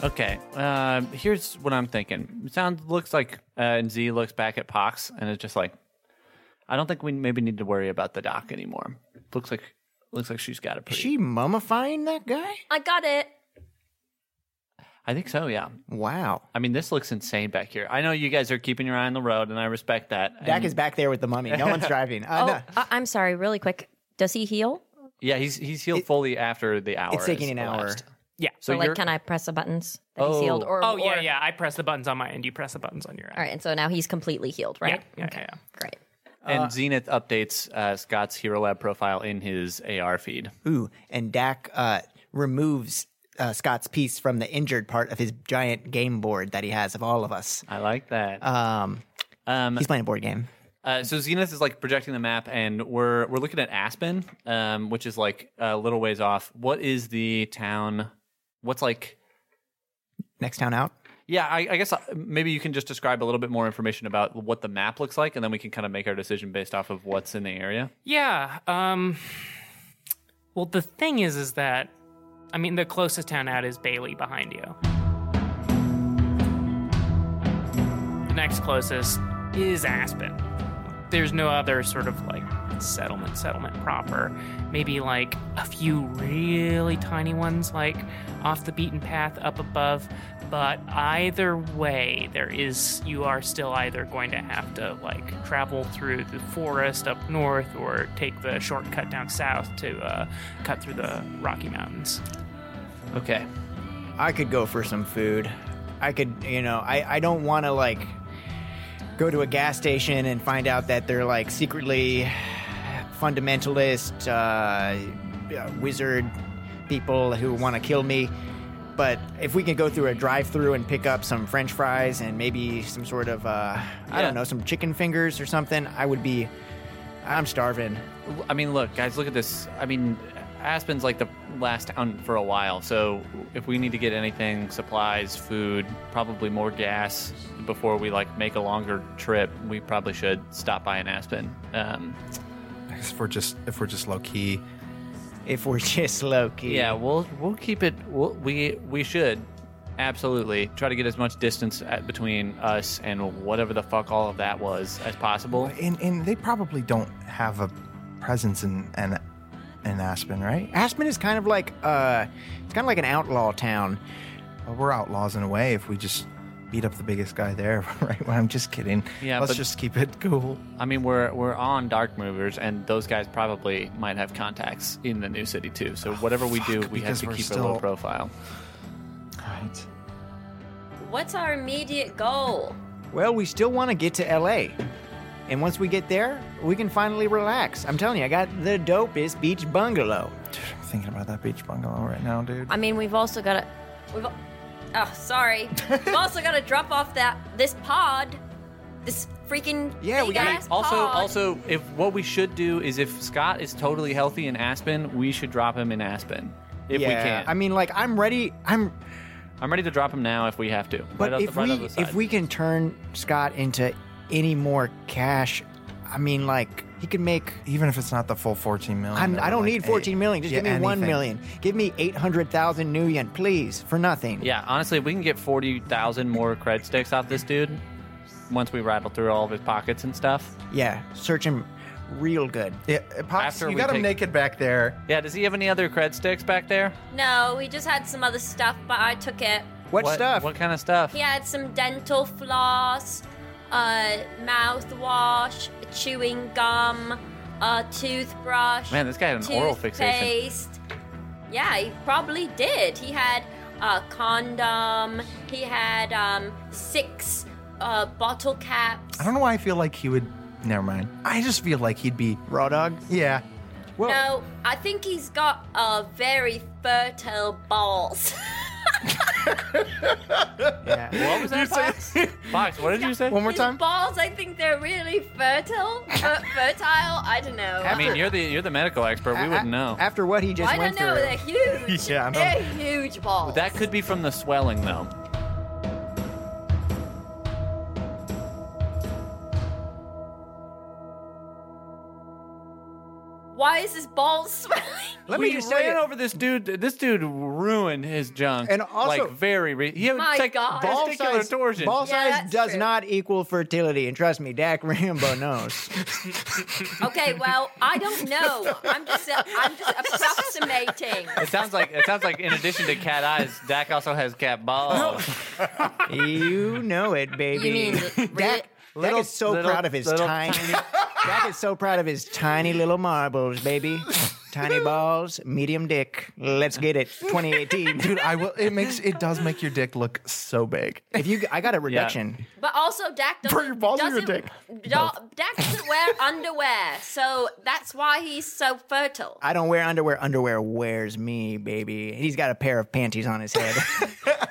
Speaker 6: Okay, um, here's what I'm thinking. Sounds looks like uh, and Z looks back at Pox and it's just like, I don't think we maybe need to worry about the doc anymore. Looks like looks like she's got it
Speaker 7: Is
Speaker 6: pretty.
Speaker 7: she mummifying that guy?
Speaker 1: I got it.
Speaker 6: I think so. Yeah.
Speaker 7: Wow.
Speaker 6: I mean, this looks insane back here. I know you guys are keeping your eye on the road, and I respect that.
Speaker 7: Dak
Speaker 6: And-
Speaker 7: is back there with the mummy. No one's driving. Uh,
Speaker 1: Oh,
Speaker 7: no.
Speaker 1: I- I'm sorry. Really quick. Does he heal?
Speaker 6: yeah, he's he's healed fully after the hour.
Speaker 7: It's taking
Speaker 6: has
Speaker 7: an hour.
Speaker 6: elapsed.
Speaker 2: Yeah.
Speaker 6: So
Speaker 1: Or like,
Speaker 6: you're-
Speaker 1: can I press the buttons that he's healed?
Speaker 6: Oh.
Speaker 1: Or,
Speaker 2: Oh yeah,
Speaker 1: or-
Speaker 2: yeah. I press the buttons on my end. You press the buttons on your end.
Speaker 1: All right. And so now he's completely healed, right?
Speaker 2: Yeah, yeah,
Speaker 1: okay.
Speaker 2: yeah, yeah.
Speaker 1: Great. Uh,
Speaker 6: and Zenith updates uh, Scott's Hero Lab profile in his AR feed.
Speaker 7: Ooh, and Dak uh, removes uh, Scott's piece from the injured part of his giant game board that he has of all of us.
Speaker 6: I like that.
Speaker 7: Um,
Speaker 6: um,
Speaker 7: he's playing a board game.
Speaker 6: Uh, so Zenith is like projecting the map, and we're we're looking at Aspen, um, which is like a little ways off. What is the town? What's like?
Speaker 7: Next town out.
Speaker 6: Yeah, I, I guess uh, maybe you can just describe a little bit more information about what the map looks like, and then we can kind of make our decision based off of what's in the area.
Speaker 2: Yeah. Um. Well, the thing is, is that I mean, the closest town out is Bailey behind you. The next closest is Aspen. There's no other sort of like
Speaker 10: settlement, settlement, settlement proper. Maybe like a few really tiny ones, like off the beaten path up above. But either way, there is you are still either going to have to like travel through the forest up north or take the shortcut down south to uh, cut through the Rocky Mountains.
Speaker 6: Okay.
Speaker 7: I could go for some food. I could, you know, I, I don't want to like go to a gas station and find out that they're like secretly fundamentalist uh, uh, wizard people who want to kill me. But if we can go through a drive-through and pick up some French fries and maybe some sort of, uh, I
Speaker 6: Yeah.
Speaker 7: don't know, some chicken fingers or something, I would be. I'm starving.
Speaker 6: I mean, look, guys, look at this. I mean, Aspen's like the last town for a while, so if we need to get anything, supplies, food, probably more gas before we like make a longer trip, we probably should stop by in Aspen. Um,
Speaker 5: If we're just if we're just low key,
Speaker 7: If we're just low key.
Speaker 6: yeah, we'll we'll keep it. We'll, we we should absolutely try to get as much distance at, between us and whatever the fuck all of that was as possible.
Speaker 5: and and they probably don't have a presence in in, in Aspen, right? Ah,
Speaker 7: Aspen is kind of like uh, it's kind of like an outlaw town.
Speaker 5: Well, we're outlaws in a way if we just beat up the biggest guy there, right? Well, I'm just kidding.
Speaker 6: Yeah,
Speaker 5: let's
Speaker 6: but-
Speaker 5: just keep it cool.
Speaker 6: I mean, we're we're on Dark Movers, and those guys probably might have contacts in the new city too.
Speaker 7: Oh,
Speaker 6: So whatever we do,
Speaker 5: fuck,
Speaker 6: we have
Speaker 5: because
Speaker 6: to
Speaker 5: we're
Speaker 6: keep a
Speaker 5: still-
Speaker 6: low profile.
Speaker 5: Right.
Speaker 8: What's our immediate goal?
Speaker 7: Well, we still want to get to LA. And once we get there, we can finally relax. I'm telling you, I got the dopest beach bungalow.
Speaker 5: I'm thinking about that beach bungalow right now, dude.
Speaker 8: I mean, we've also got to. We've. al- Oh, sorry. we've also got to drop off that this pod, this freaking
Speaker 7: Yeah, we
Speaker 8: big
Speaker 7: gotta-
Speaker 8: ass
Speaker 6: Also,
Speaker 8: pod.
Speaker 6: also, if what we should do is if Scott is totally healthy in Aspen, we should drop him in Aspen if
Speaker 7: yeah,
Speaker 6: we can.
Speaker 7: I mean, like, I'm ready. I'm.
Speaker 6: I'm ready to drop him now if we have to. right
Speaker 7: But
Speaker 6: off
Speaker 7: if
Speaker 6: the, right off
Speaker 7: we
Speaker 6: the side.
Speaker 7: if we can turn Scott into any more cash, I mean, like, he could make.
Speaker 5: Even if it's not the full 14 million.
Speaker 7: I'm,
Speaker 5: or
Speaker 7: I don't
Speaker 5: like
Speaker 7: need 14
Speaker 5: eight-
Speaker 7: million. Just
Speaker 5: yeah,
Speaker 7: give me one
Speaker 5: anything.
Speaker 7: million. Give me 800,000 new yen, please, for nothing.
Speaker 6: yeah, honestly, if we can get forty thousand more cred sticks off this dude, once we rattle through all of his pockets and stuff.
Speaker 7: Yeah, search him real good.
Speaker 5: Yeah, uh, Pops,
Speaker 6: After
Speaker 5: you
Speaker 6: we
Speaker 5: got him
Speaker 6: take-
Speaker 5: naked back there.
Speaker 6: Yeah, does he have any other cred sticks back there?
Speaker 8: No, we just had some other stuff, but I took it.
Speaker 7: What, stuff?
Speaker 6: What kind of stuff?
Speaker 8: He had some dental floss, uh, mouthwash, chewing gum, a toothbrush.
Speaker 6: Man, this guy had an oral fixation.
Speaker 8: toothpaste. Yeah, he probably did. He had a condom. He had um, six uh, bottle caps.
Speaker 5: I don't know why I feel like he would. Never mind. I just feel like he'd be.
Speaker 7: Raw dog?
Speaker 5: Yeah.
Speaker 7: Well,
Speaker 8: No, I think he's got a very fertile balls.
Speaker 7: yeah.
Speaker 6: What was that, Fox? Fox, what did you say?
Speaker 7: One more
Speaker 8: His
Speaker 7: time?
Speaker 8: balls, I think they're really fertile. fer- fertile? I don't know.
Speaker 6: I mean, you're the you're the medical expert. We
Speaker 7: A-
Speaker 6: would
Speaker 7: a-
Speaker 6: know.
Speaker 7: After what he just
Speaker 8: I
Speaker 7: went
Speaker 8: don't know.
Speaker 7: through.
Speaker 8: They're huge.
Speaker 5: Yeah, I know.
Speaker 8: they're huge balls.
Speaker 6: That could be from the swelling, though.
Speaker 8: Why is his balls swelling?
Speaker 7: Let
Speaker 6: we
Speaker 7: me just tell
Speaker 6: ran
Speaker 7: you.
Speaker 6: over this dude. This dude ruined his junk,
Speaker 7: And also-
Speaker 6: like very. Re- he had
Speaker 8: My
Speaker 6: like
Speaker 8: God.
Speaker 6: ball
Speaker 7: size,
Speaker 6: size torsion.
Speaker 7: ball
Speaker 8: Yeah,
Speaker 7: size
Speaker 8: that's
Speaker 7: does
Speaker 8: true.
Speaker 7: not equal fertility, and trust me, Dak Rambo knows.
Speaker 8: okay, well, I don't know. I'm just, uh, I'm just approximating.
Speaker 6: It sounds like it sounds like in addition to cat eyes, Dak also has cat balls.
Speaker 7: you know it, baby.
Speaker 8: You mean re-
Speaker 7: Dak, Dak is so
Speaker 6: little-
Speaker 7: proud of his
Speaker 6: little
Speaker 7: tiny. Dak is so proud of his tiny little marbles, baby. Tiny balls, medium dick. Let's get it, 2018.
Speaker 5: Dude, I will. It makes it does make your dick look so big.
Speaker 7: If you, I got a reduction.
Speaker 8: But also, Dak doesn't.
Speaker 5: For your balls or your
Speaker 8: doesn't-
Speaker 5: dick?
Speaker 8: Da- Dak doesn't wear underwear, so that's why he's so fertile.
Speaker 7: I don't wear underwear. Underwear wears me, baby. He's got a pair of panties on his head.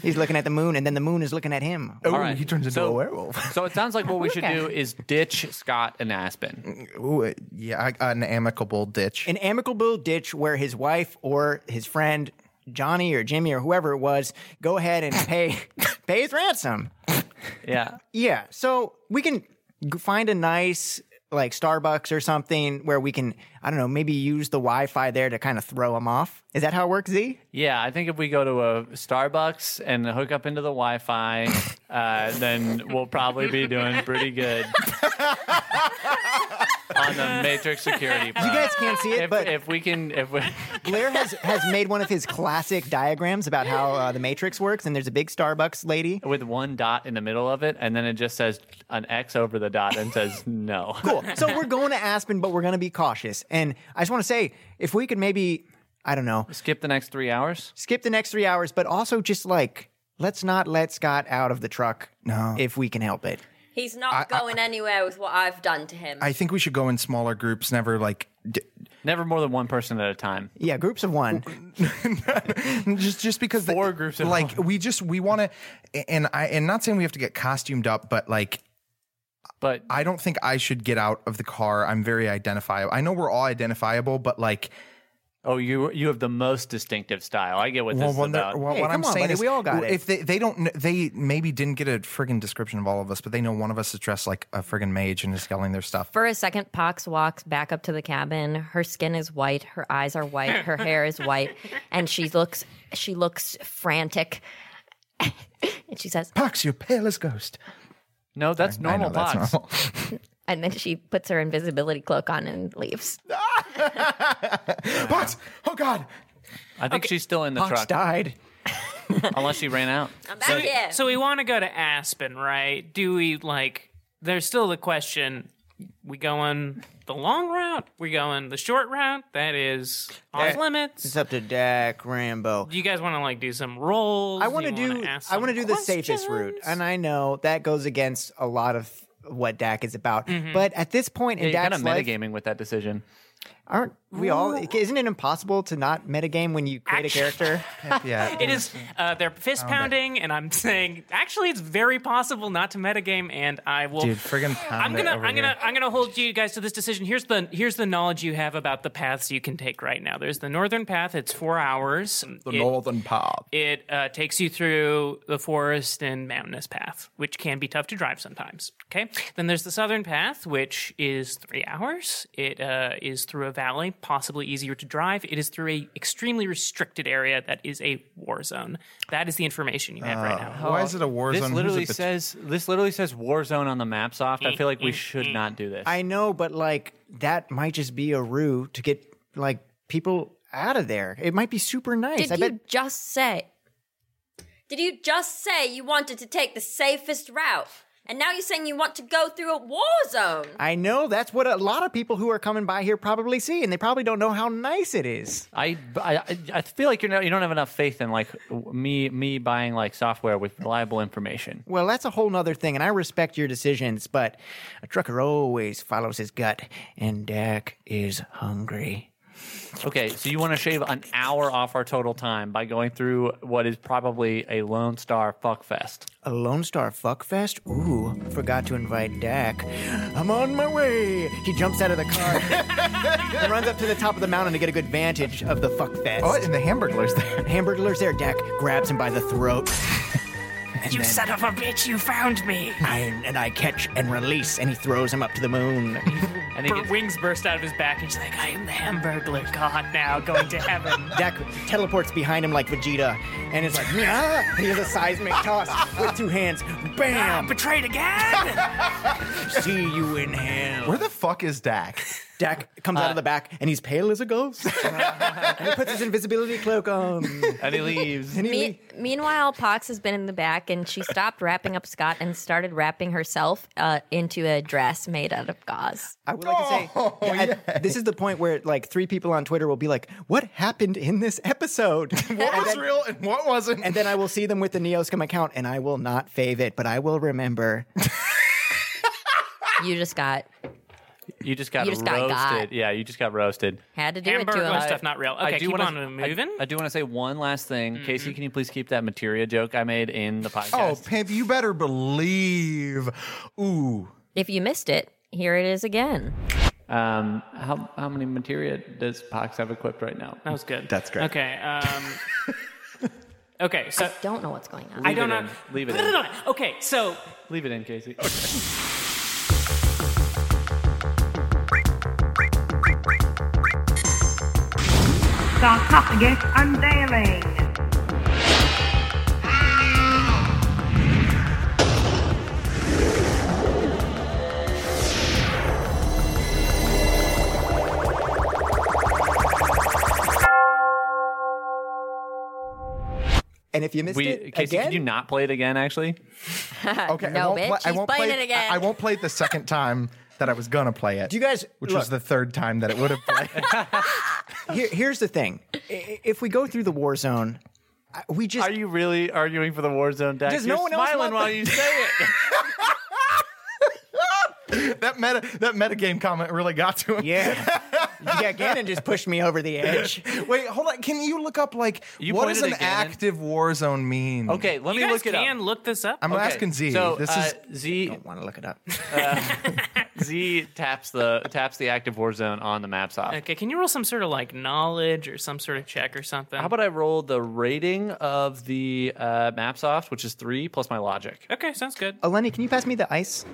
Speaker 7: He's looking at the moon, and then the moon is looking at him.
Speaker 5: Oh,
Speaker 6: right.
Speaker 5: he turns into
Speaker 6: So-
Speaker 5: a werewolf.
Speaker 6: So it sounds like what we should do is ditch Scott and Aspen.
Speaker 5: Ooh, it- yeah, I got an amicable ditch.
Speaker 7: An amicable ditch where his wife or his friend Johnny or Jimmy or whoever it was go ahead and pay pay his ransom.
Speaker 6: Yeah,
Speaker 7: Yeah, so we can g- find a nice like Starbucks or something where we can I don't know maybe use the Wi-Fi there to kind of throw him off. Is that how it works, Z?
Speaker 6: yeah. I think if we go to a Starbucks and hook up into the Wi-Fi, uh, then we'll probably be doing pretty good. on the Matrix security.
Speaker 7: You guys can't see it,
Speaker 6: Uh, if,
Speaker 7: but-
Speaker 6: if we can, if we,
Speaker 7: Blair has, has made one of his classic diagrams about how uh, the Matrix works, and there's a big Starbucks lady.
Speaker 6: with one dot in the middle of it, and then it just says an X over the dot and says no.
Speaker 7: Cool. So we're going to Aspen, but we're going to be cautious. And I just want to say, if we could maybe, I don't know,
Speaker 6: Skip the next three hours.
Speaker 7: skip the next three hours, but also just like, let's not let Scott out of the truck
Speaker 5: No.
Speaker 7: if we can help it.
Speaker 8: He's not going anywhere with what I've done to him.
Speaker 5: I think we should go in smaller groups. Never like d-
Speaker 6: Never more than one person at a time.
Speaker 7: Yeah, groups of one.
Speaker 5: just just because
Speaker 6: Four
Speaker 5: the,
Speaker 6: groups at
Speaker 5: Like we just we want to, and I and not saying we have to get costumed up, but like
Speaker 6: But
Speaker 5: I don't think I should get out of the car. I'm very identifiable. I know we're all identifiable, but like
Speaker 6: oh, you you have the most distinctive style. I get what this is
Speaker 5: when they're-
Speaker 6: about.
Speaker 5: well,
Speaker 7: Hey,
Speaker 5: what
Speaker 7: come
Speaker 5: I'm
Speaker 7: on,
Speaker 5: saying
Speaker 7: buddy,
Speaker 5: is,
Speaker 7: we all got it.
Speaker 5: if they, they don't, kn- they maybe didn't get a friggin' description of all of us, but they know one of us is dressed like a friggin' mage and is selling their stuff.
Speaker 8: For a second, Pox walks back up to the cabin. Her skin is white, her eyes are white, her hair is white, and she looks she looks frantic. and she says,
Speaker 5: Pox, you're pale as ghost.
Speaker 6: no, that's
Speaker 5: I
Speaker 7: Oh,
Speaker 5: know
Speaker 6: normal
Speaker 5: that's
Speaker 6: pots.
Speaker 5: normal.
Speaker 8: and then she puts her invisibility cloak on and leaves.
Speaker 5: Pox, oh god,
Speaker 6: I think she's still in the
Speaker 7: Fox
Speaker 6: truck
Speaker 7: died.
Speaker 6: unless she ran out.
Speaker 8: I'm back here.
Speaker 2: So we want to go to Aspen, right? Do we like? There's still the question: we going the long route? We going the short route? That is off limits.
Speaker 7: It's up to Dak Rambo.
Speaker 2: Do you guys want to like do some rolls?
Speaker 7: I want to
Speaker 2: Do you
Speaker 7: do.
Speaker 2: wanna ask
Speaker 7: I
Speaker 2: some
Speaker 7: want to do the safest route,
Speaker 2: questions?
Speaker 7: and I know that goes against a lot of what Dak is about.
Speaker 2: Mm-hmm.
Speaker 7: But at this point
Speaker 6: Yeah,
Speaker 7: in
Speaker 6: you're kind
Speaker 7: Dak's
Speaker 6: of
Speaker 7: life,
Speaker 6: metagaming with that decision.
Speaker 7: aren't we all? Isn't it impossible to not metagame when you create a character?
Speaker 5: yeah.
Speaker 2: It is. Uh, they're fist pounding, and I'm saying actually, it's very possible not to metagame, and I will.
Speaker 5: Dude, friggin' pound
Speaker 2: I'm
Speaker 5: it
Speaker 2: gonna,
Speaker 5: over
Speaker 2: I'm gonna,
Speaker 5: here.
Speaker 2: I'm gonna hold you guys to this decision. Here's the, here's the knowledge you have about the paths you can take right now. There's the northern path. It's four hours. The
Speaker 5: Northern pop.
Speaker 2: It uh, takes you through the forest and mountainous path, which can be tough to drive sometimes. Okay. Then there's the southern path, which is three hours. It uh, is through a valley, possibly easier to drive. It is through a extremely restricted area that is a war zone. That is the information you have right now.
Speaker 5: Why is it a war
Speaker 6: This
Speaker 5: zone? Who's
Speaker 6: literally
Speaker 5: at the-
Speaker 6: says this literally says Warzone on the map soft. I feel like we
Speaker 2: Mm-hmm.
Speaker 6: should not do this.
Speaker 7: I know, but like that might just be a ruse to get like people out of there. It might be super nice.
Speaker 8: Did
Speaker 7: I
Speaker 8: you
Speaker 7: bet.
Speaker 8: just say? Did you just say you wanted to take the safest route? And now you're saying you want to go through a war zone.
Speaker 7: I know that's what a lot of people who are coming by here probably see, and they probably don't know how nice it is.
Speaker 6: I, I I feel like you're not, you don't have enough faith in like me me buying like software with reliable information.
Speaker 7: Well, that's a whole nother thing, and I respect your decisions, but a trucker always follows his gut, and Dak is hungry.
Speaker 6: Okay, so you want to shave an hour off our total time by going through what is probably a Lone Star fuckfest.
Speaker 7: A Lone Star fuckfest? Ooh, forgot to invite Dak. I'm on my way. He jumps out of the car and runs up to the top of the mountain to get a good vantage of the fuckfest.
Speaker 5: Oh, and the hamburglar's there.
Speaker 7: Hamburglar's there. Dak grabs him by the throat.
Speaker 2: You son of a bitch! You found me.
Speaker 7: I, and I catch and release, and he throws him up to the moon.
Speaker 6: And he
Speaker 2: Her
Speaker 6: gets,
Speaker 2: wings burst out of his back, and she's like, "I am the Hamburglar God now, going to heaven."
Speaker 7: Dak teleports behind him like Vegeta, and is like, Nyah! and he does a seismic toss with two hands. Bam!
Speaker 2: Betrayed again.
Speaker 7: See you in hell.
Speaker 5: Where the fuck is Dak?
Speaker 7: Dak comes out of the back, and he's pale as a ghost. Uh, and he puts his invisibility cloak on.
Speaker 6: and he leaves.
Speaker 7: And he
Speaker 8: Me- meanwhile, Pox has been in the back, and she stopped wrapping up Scott and started wrapping herself uh, into a dress made out of gauze.
Speaker 7: I would like to say Oh, yeah, at- this is the point where like three people on Twitter will be like, "What happened in this episode?"
Speaker 5: What was real and what wasn't?
Speaker 7: and then I will see them with the Neoscum account, and I will not fave it, but I will remember.
Speaker 8: You just got
Speaker 6: You just got
Speaker 8: You just got
Speaker 6: roasted.
Speaker 8: got.
Speaker 6: Yeah, you just got roasted.
Speaker 8: had to do it to
Speaker 2: Hamburglar
Speaker 8: him.
Speaker 2: stuff not real. Okay,
Speaker 6: I do
Speaker 2: keep
Speaker 6: wanna,
Speaker 2: on moving. Mm-hmm.
Speaker 6: I, I do want to say one last thing, Casey. Can you please keep that materia joke I made in the
Speaker 5: oh,
Speaker 6: podcast?
Speaker 5: pimp, you better believe. Ooh,
Speaker 8: If you missed it, here it is again.
Speaker 6: Um, how how many materia does Pox have equipped right now?
Speaker 2: That was good.
Speaker 5: That's great.
Speaker 2: Okay. Um, okay. So
Speaker 8: Don't know what's going on.
Speaker 2: I don't know.
Speaker 6: it in. Leave it
Speaker 2: No,
Speaker 6: in.
Speaker 2: no, no, no. Okay. So
Speaker 6: Leave it in, Casey.
Speaker 1: Sarcophagus unveiling.
Speaker 7: And if you missed
Speaker 6: We,
Speaker 7: it
Speaker 6: Casey,
Speaker 7: again,
Speaker 6: could you not play it again? Actually,
Speaker 5: Okay, I
Speaker 8: no,
Speaker 5: won't,
Speaker 8: bitch.
Speaker 5: play, I
Speaker 8: She's
Speaker 5: won't
Speaker 8: playing
Speaker 5: play
Speaker 8: it again.
Speaker 5: I won't play it the second time that I was gonna play it.
Speaker 7: Do you guys-
Speaker 5: which was
Speaker 7: look.
Speaker 5: the third time that it would have played.
Speaker 7: here, here's the thing: I- I- if we go through the war zone, I- we just
Speaker 6: are you really arguing for the Warzone deck?
Speaker 7: Does
Speaker 6: You're
Speaker 7: no one else
Speaker 6: smiling
Speaker 7: want
Speaker 6: while
Speaker 7: the-
Speaker 6: you say it.
Speaker 5: that meta that metagame comment really got to him.
Speaker 7: yeah, yeah. Gannon just pushed me over the edge.
Speaker 5: Wait, hold on. Can you look up like
Speaker 6: You
Speaker 5: what
Speaker 6: played
Speaker 5: does
Speaker 6: it
Speaker 5: an
Speaker 6: again.
Speaker 5: active war zone mean?
Speaker 6: okay, let
Speaker 2: You
Speaker 6: me
Speaker 2: guys
Speaker 6: look it
Speaker 2: can
Speaker 6: up.
Speaker 2: look this up.
Speaker 5: I'm
Speaker 6: Okay,
Speaker 5: asking Z.
Speaker 6: So
Speaker 5: this
Speaker 6: uh,
Speaker 5: is
Speaker 6: Z
Speaker 7: Want to look it up?
Speaker 6: Z taps the taps the active war zone on the map side.
Speaker 2: Okay, can you roll some sort of like knowledge or some sort of check or something?
Speaker 6: How about I roll the rating of the uh, MapSoft, which is three plus my logic.
Speaker 2: Okay, sounds good.
Speaker 7: Eleni, can you pass me the ice?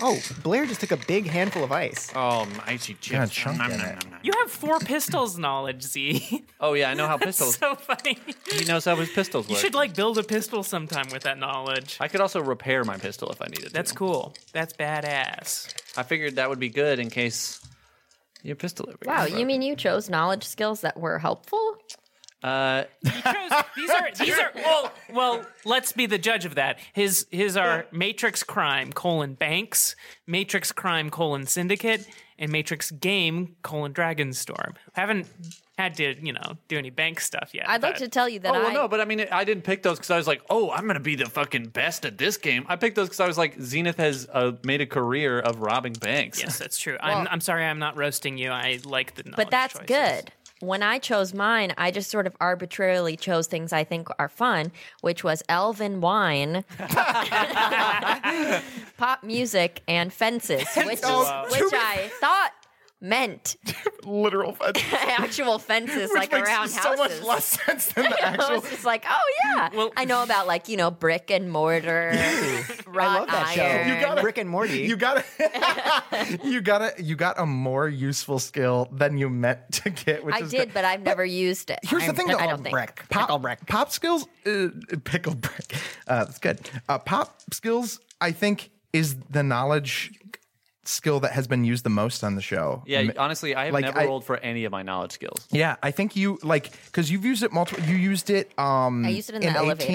Speaker 7: Oh, Blair just took a big handful of ice.
Speaker 6: Oh, my icy
Speaker 5: Got a
Speaker 6: chips.
Speaker 5: chunk
Speaker 6: Nom,
Speaker 5: in
Speaker 6: nom,
Speaker 5: it.
Speaker 6: nom, nom.
Speaker 2: You have four pistols knowledge, Z.
Speaker 6: Oh yeah, I know how pistols.
Speaker 2: so funny.
Speaker 6: he knows how his pistols
Speaker 2: You
Speaker 6: work.
Speaker 2: should like build a pistol sometime with that knowledge.
Speaker 6: I could also repair my pistol if I needed.
Speaker 2: That's
Speaker 6: to.
Speaker 2: cool. That's badass.
Speaker 6: I figured that would be good in case your pistol. Ever
Speaker 8: Wow,
Speaker 6: gets
Speaker 8: you mean you chose knowledge skills that were helpful?
Speaker 6: broken. Uh,
Speaker 2: Chose- these are these are well well let's be the judge of that his his are matrix crime colon banks matrix crime colon syndicate and matrix game colon dragonstorm haven't had to you know do any bank stuff yet
Speaker 8: I'd like
Speaker 2: but-
Speaker 8: to tell you that
Speaker 6: oh well,
Speaker 8: I
Speaker 6: no, but I mean, I didn't pick those because I was like, oh, I'm gonna be the fucking best at this game. I picked those because I was like, Zenith has uh, made a career of robbing banks.
Speaker 2: yes that's true I'm, I'm sorry i'm not roasting you i like the knowledge
Speaker 8: But that's
Speaker 2: choices.
Speaker 8: good. When I chose mine, I just sort of arbitrarily chose things I think are fun, which was elven wine, pop music, and fences, which, which I thought meant
Speaker 5: literal fence,
Speaker 8: actual fences
Speaker 5: which
Speaker 8: like
Speaker 5: makes
Speaker 8: around
Speaker 5: so
Speaker 8: houses.
Speaker 5: much less sense than the
Speaker 8: I
Speaker 5: actual.
Speaker 8: was just like, oh yeah, I know about like you know brick and mortar, wrought
Speaker 7: I love that
Speaker 8: iron.
Speaker 7: show.
Speaker 5: You gotta-
Speaker 7: Rick and Morty.
Speaker 5: You got to you got to you got a more useful skill than you meant to get, which
Speaker 8: I
Speaker 5: is
Speaker 8: did, but I've never used it.
Speaker 5: Here's the
Speaker 8: I'm-
Speaker 5: thing, though.
Speaker 8: I don't think.
Speaker 5: Brick. Pop, pickle brick. Pop skills. Uh, pickle brick. Uh, that's good. Uh, pop skills. I think is the knowledge skill that has been used the most on the show.
Speaker 6: Yeah,
Speaker 5: M-
Speaker 6: honestly, I have
Speaker 5: Like,
Speaker 6: never
Speaker 5: I-
Speaker 6: rolled for any of my knowledge skills.
Speaker 5: Yeah, I think you like because you've used it multiple. You used it. Um,
Speaker 8: I used it in the elevator.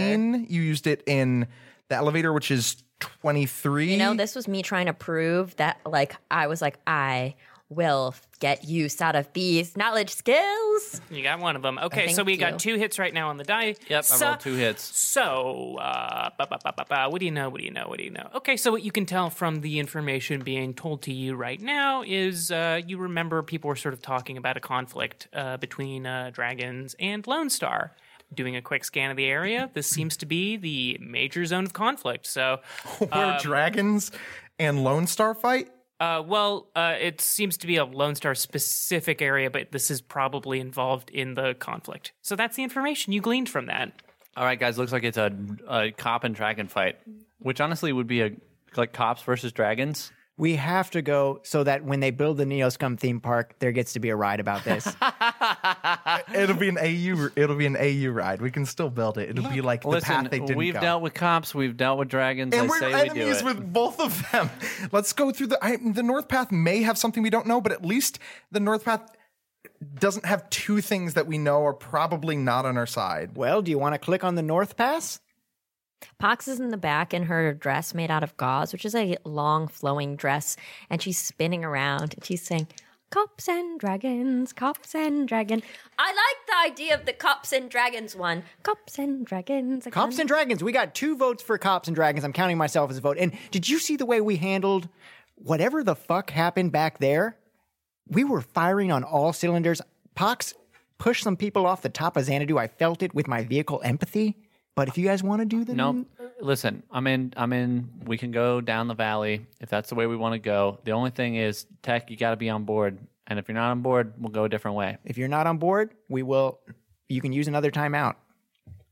Speaker 5: You used it in the elevator, which is twenty three.
Speaker 8: You know, this was me trying to prove that, like, I was like, I will get use out of these knowledge skills.
Speaker 2: you got one of them okay so
Speaker 8: Thank
Speaker 2: we
Speaker 8: you.
Speaker 2: got two hits right now on the die
Speaker 6: Yep,
Speaker 2: So-
Speaker 6: I rolled two hits.
Speaker 2: So, uh, ba, ba, ba, ba, ba, what do you know? What do you know? What do you know? Okay, so what you can tell from the information being told to you right now is uh, you remember people were sort of talking about a conflict uh, between uh, dragons and Lone Star. Doing a quick scan of the area, this seems to be the major zone of conflict. So,
Speaker 5: where
Speaker 6: Um,
Speaker 5: dragons and Lone Star fight.
Speaker 2: uh, well, uh, it seems to be a Lone Star specific area, but this is probably involved in the conflict. So that's the information you gleaned from that.
Speaker 6: All right, guys, looks like it's a, a cop and dragon fight, which honestly would be a like cops versus dragons.
Speaker 7: we have to go so that when they build the Neo Scum theme park, there gets to be a ride about this.
Speaker 5: It'll be an AU. It'll be an AU ride. We can still build it. It'll be like the
Speaker 6: Listen,
Speaker 5: path they didn't
Speaker 6: we've
Speaker 5: go.
Speaker 6: dealt with cops, we've dealt with dragons.
Speaker 5: and
Speaker 6: I
Speaker 5: we're
Speaker 6: say we do
Speaker 5: enemies
Speaker 6: it.
Speaker 5: with both of them. Let's go through the I, the North Path may have something we don't know, but at least the North Path doesn't have two things that we know are probably not on our side.
Speaker 7: well, do you want to click on the North Pass?
Speaker 8: Pox is in the back in her dress made out of gauze, which is a long flowing dress, and she's spinning around and she's saying, Cops and dragons, cops and dragon. I like the idea of the cops and dragons one. Cops and dragons. again.
Speaker 7: Cops and Dragons. We got two votes for Cops and Dragons. I'm counting myself as a vote. And did you see the way we handled whatever the fuck happened back there? We were firing on all cylinders. Pox pushed some people off the top of Xanadu. I felt it with my vehicle empathy. But if you guys want to do the
Speaker 6: No, listen, I'm in. I'm in. We can go down the valley if that's the way we want to go. The only thing is, Tech, you got to be on board. And if you're not on board, we'll go a different way.
Speaker 7: if you're not on board, we will. You can use another timeout.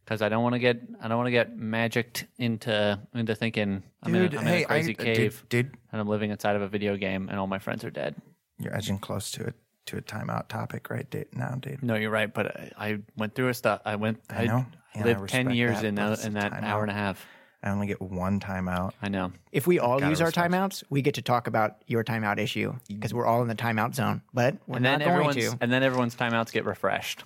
Speaker 6: Because I don't want to get. I don't want to get magicked into into thinking I'm, in, a, I'm in a crazy cave
Speaker 5: dude, dude,
Speaker 6: and I'm living inside of a video game and all my friends are dead.
Speaker 5: you're edging close to it to a timeout topic right da- now, dude.
Speaker 6: No, you're right. But I, I went through a stuff. I went. I,
Speaker 5: know, and I
Speaker 6: lived ten
Speaker 5: respect
Speaker 6: years
Speaker 5: that,
Speaker 6: in
Speaker 5: but
Speaker 6: tho-
Speaker 5: it's a
Speaker 6: in that
Speaker 5: timeout.
Speaker 6: hour and a half.
Speaker 5: I only get one timeout.
Speaker 6: I know.
Speaker 7: If we all
Speaker 5: Gotta
Speaker 7: use our
Speaker 5: respect.
Speaker 7: timeouts, we get to talk about your timeout issue because we're all in the timeout zone. But we're
Speaker 6: And then
Speaker 7: not going
Speaker 6: everyone's
Speaker 7: to.
Speaker 6: and then everyone's timeouts get refreshed.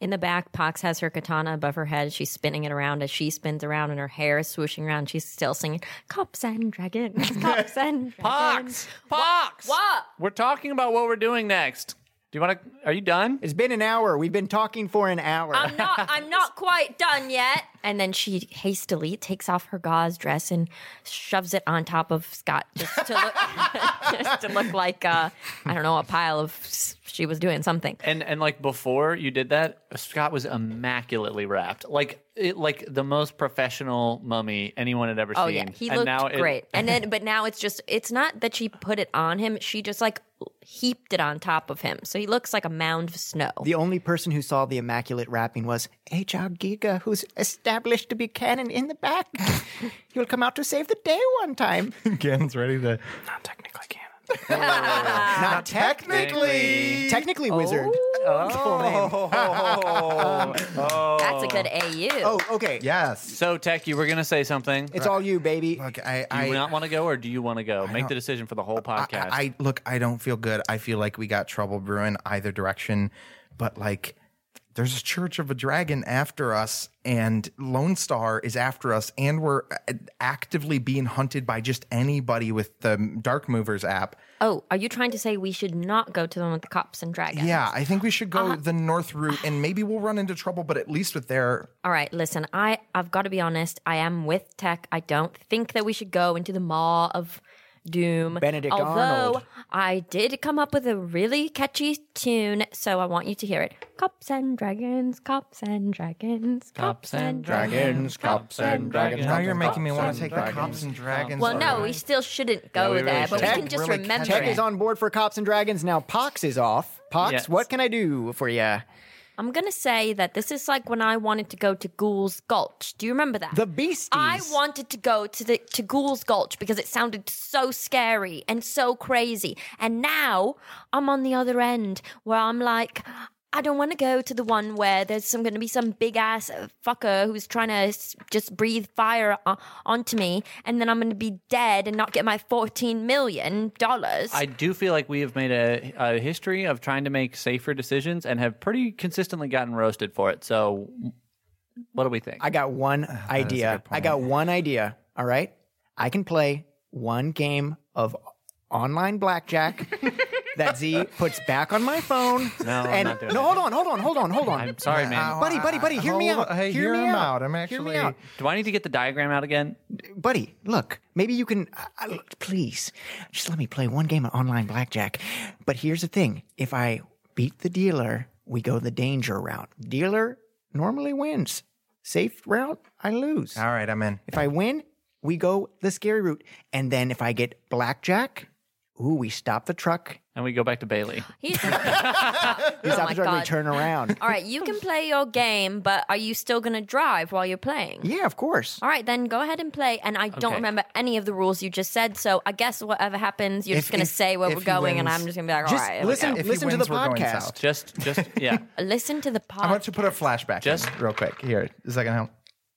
Speaker 8: In the back, Pox has her katana above her head. She's spinning it around as she spins around, and her hair is swooshing around. She's still singing "Cops and Dragons, Cops and Dragons."
Speaker 6: Pox, pox.
Speaker 12: What?
Speaker 6: We're talking about what we're doing next. Do you want to? Are you done?
Speaker 7: It's been an hour. We've been talking for an hour.
Speaker 12: I'm not. I'm not quite done yet.
Speaker 8: And then she hastily takes off her gauze dress and shoves it on top of Scott just to look, just to look like uh, I don't know a pile of. She was doing something.
Speaker 6: And and like before you did that, Scott was immaculately wrapped, like it, like the most professional mummy anyone had ever
Speaker 8: Oh
Speaker 6: seen.
Speaker 8: yeah, he
Speaker 6: And
Speaker 8: looked
Speaker 6: now it-
Speaker 8: great. and then, but now it's just it's not that she put it on him. She just like heaped it on top of him, so he looks like a mound of snow.
Speaker 7: The only person who saw the immaculate wrapping was H.R. Giga, who's established to be canon in the back. He'll come out to save the day one time.
Speaker 5: Gan's ready to.
Speaker 2: Not technically canon.
Speaker 7: Not, technically. Oh. Technically, wizard. Full name.
Speaker 12: That's a good AU.
Speaker 7: Oh, okay.
Speaker 5: Yes.
Speaker 6: so Tech, you were gonna say something.
Speaker 7: It's all you, baby.
Speaker 5: Look, I.
Speaker 6: do you
Speaker 5: I
Speaker 6: not want to go, or do you want to go? Make the decision for the whole
Speaker 5: I-
Speaker 6: podcast.
Speaker 5: I, I look. I don't feel good. I feel like we got trouble brewing either direction, but like, there's a Church of a Dragon after us, and Lone Star is after us, and we're uh, actively being hunted by just anybody with the Dark Movers app.
Speaker 8: Oh, are you trying to say we should not go to them with the cops and dragons?
Speaker 5: Yeah, I think we should go the north route, and maybe we'll run into trouble. But at least with their
Speaker 8: All right, listen, I I've got to be honest. I am with Tech. I don't think that we should go into the maw of doom.
Speaker 7: Benedict
Speaker 8: Although
Speaker 7: Arnold.
Speaker 8: I did come up with a really catchy tune, so I want you to hear it. Cops and dragons, cops and dragons, cops, and dragons.
Speaker 7: cops, and
Speaker 6: dragons.
Speaker 5: now
Speaker 6: Cops
Speaker 5: you're
Speaker 6: and
Speaker 5: making me
Speaker 6: cops
Speaker 5: want
Speaker 6: and
Speaker 5: to take the
Speaker 6: dragons.
Speaker 5: cops and dragons.
Speaker 8: Well, no, we
Speaker 5: we
Speaker 8: still shouldn't go
Speaker 6: we really
Speaker 8: there, but we can
Speaker 6: shouldn't.
Speaker 8: just
Speaker 5: Really
Speaker 8: remember
Speaker 5: catchy.
Speaker 7: Tech
Speaker 8: it.
Speaker 7: is on board for cops and dragons. Now Pox is off. Pox,
Speaker 6: Yes.
Speaker 7: what can I do for you?
Speaker 8: I'm gonna say that this is like when I wanted to go to Ghoul's Gulch. Do you remember that?
Speaker 7: The Beasties.
Speaker 8: I wanted to go to the to Ghoul's Gulch because it sounded so scary and so crazy. And now I'm on the other end where I'm like, I don't want to go to the one where there's some going to be some big ass fucker who's trying to s- just breathe fire o- onto me, and then I'm going to be dead and not get my 14 million dollars.
Speaker 6: I do feel like we have made a, a history of trying to make safer decisions and have pretty consistently gotten roasted for it. So, what do we think?
Speaker 7: I got one idea. I got one idea. All right. I can play one game of online blackjack that Z puts back on my phone.
Speaker 6: No, I'm
Speaker 7: and
Speaker 6: not doing
Speaker 7: no,
Speaker 6: it.
Speaker 7: hold on, hold on, hold on, hold on.
Speaker 6: I'm sorry, man.
Speaker 7: buddy, buddy, buddy, hear me
Speaker 5: Hold-
Speaker 7: out.
Speaker 5: hey,
Speaker 7: hear
Speaker 5: hear
Speaker 7: me
Speaker 5: him out.
Speaker 7: out.
Speaker 5: I'm
Speaker 7: Hear me
Speaker 5: actually-
Speaker 7: out.
Speaker 6: do I need to get the diagram out again?
Speaker 7: buddy, look, maybe you can, I, I- please, just let me play one game of online blackjack. But here's the thing if I beat the dealer, we go the danger route. Dealer normally wins. Safe route, I lose.
Speaker 5: All right, I'm in.
Speaker 7: If I win, we go the scary route. And then if I get blackjack, ooh, we stop the truck.
Speaker 6: And we go back to Bailey.
Speaker 8: He's-
Speaker 7: We
Speaker 8: Oh
Speaker 7: stop
Speaker 8: my
Speaker 7: the truck, we
Speaker 8: God.
Speaker 7: turn around.
Speaker 8: All right, you can play your game, but are you still going to drive while you're playing?
Speaker 7: yeah, of course.
Speaker 8: All right, then go ahead and play. And I don't
Speaker 6: Okay.
Speaker 8: remember any of the rules you just said, so I guess whatever happens, you're
Speaker 5: If-
Speaker 8: just going to
Speaker 5: if-
Speaker 8: say where
Speaker 5: if
Speaker 8: we're
Speaker 5: he
Speaker 8: going, and
Speaker 5: wins-
Speaker 8: I'm just going to be like, all
Speaker 7: Just
Speaker 8: right.
Speaker 7: listen,
Speaker 5: If he
Speaker 7: listen to
Speaker 5: wins,
Speaker 7: the
Speaker 5: we're going
Speaker 7: podcast.
Speaker 5: south.
Speaker 6: Just, just, yeah.
Speaker 8: listen to the podcast.
Speaker 5: I'm about to put a flashback
Speaker 6: Just-
Speaker 5: in real quick. Here, is that gonna help?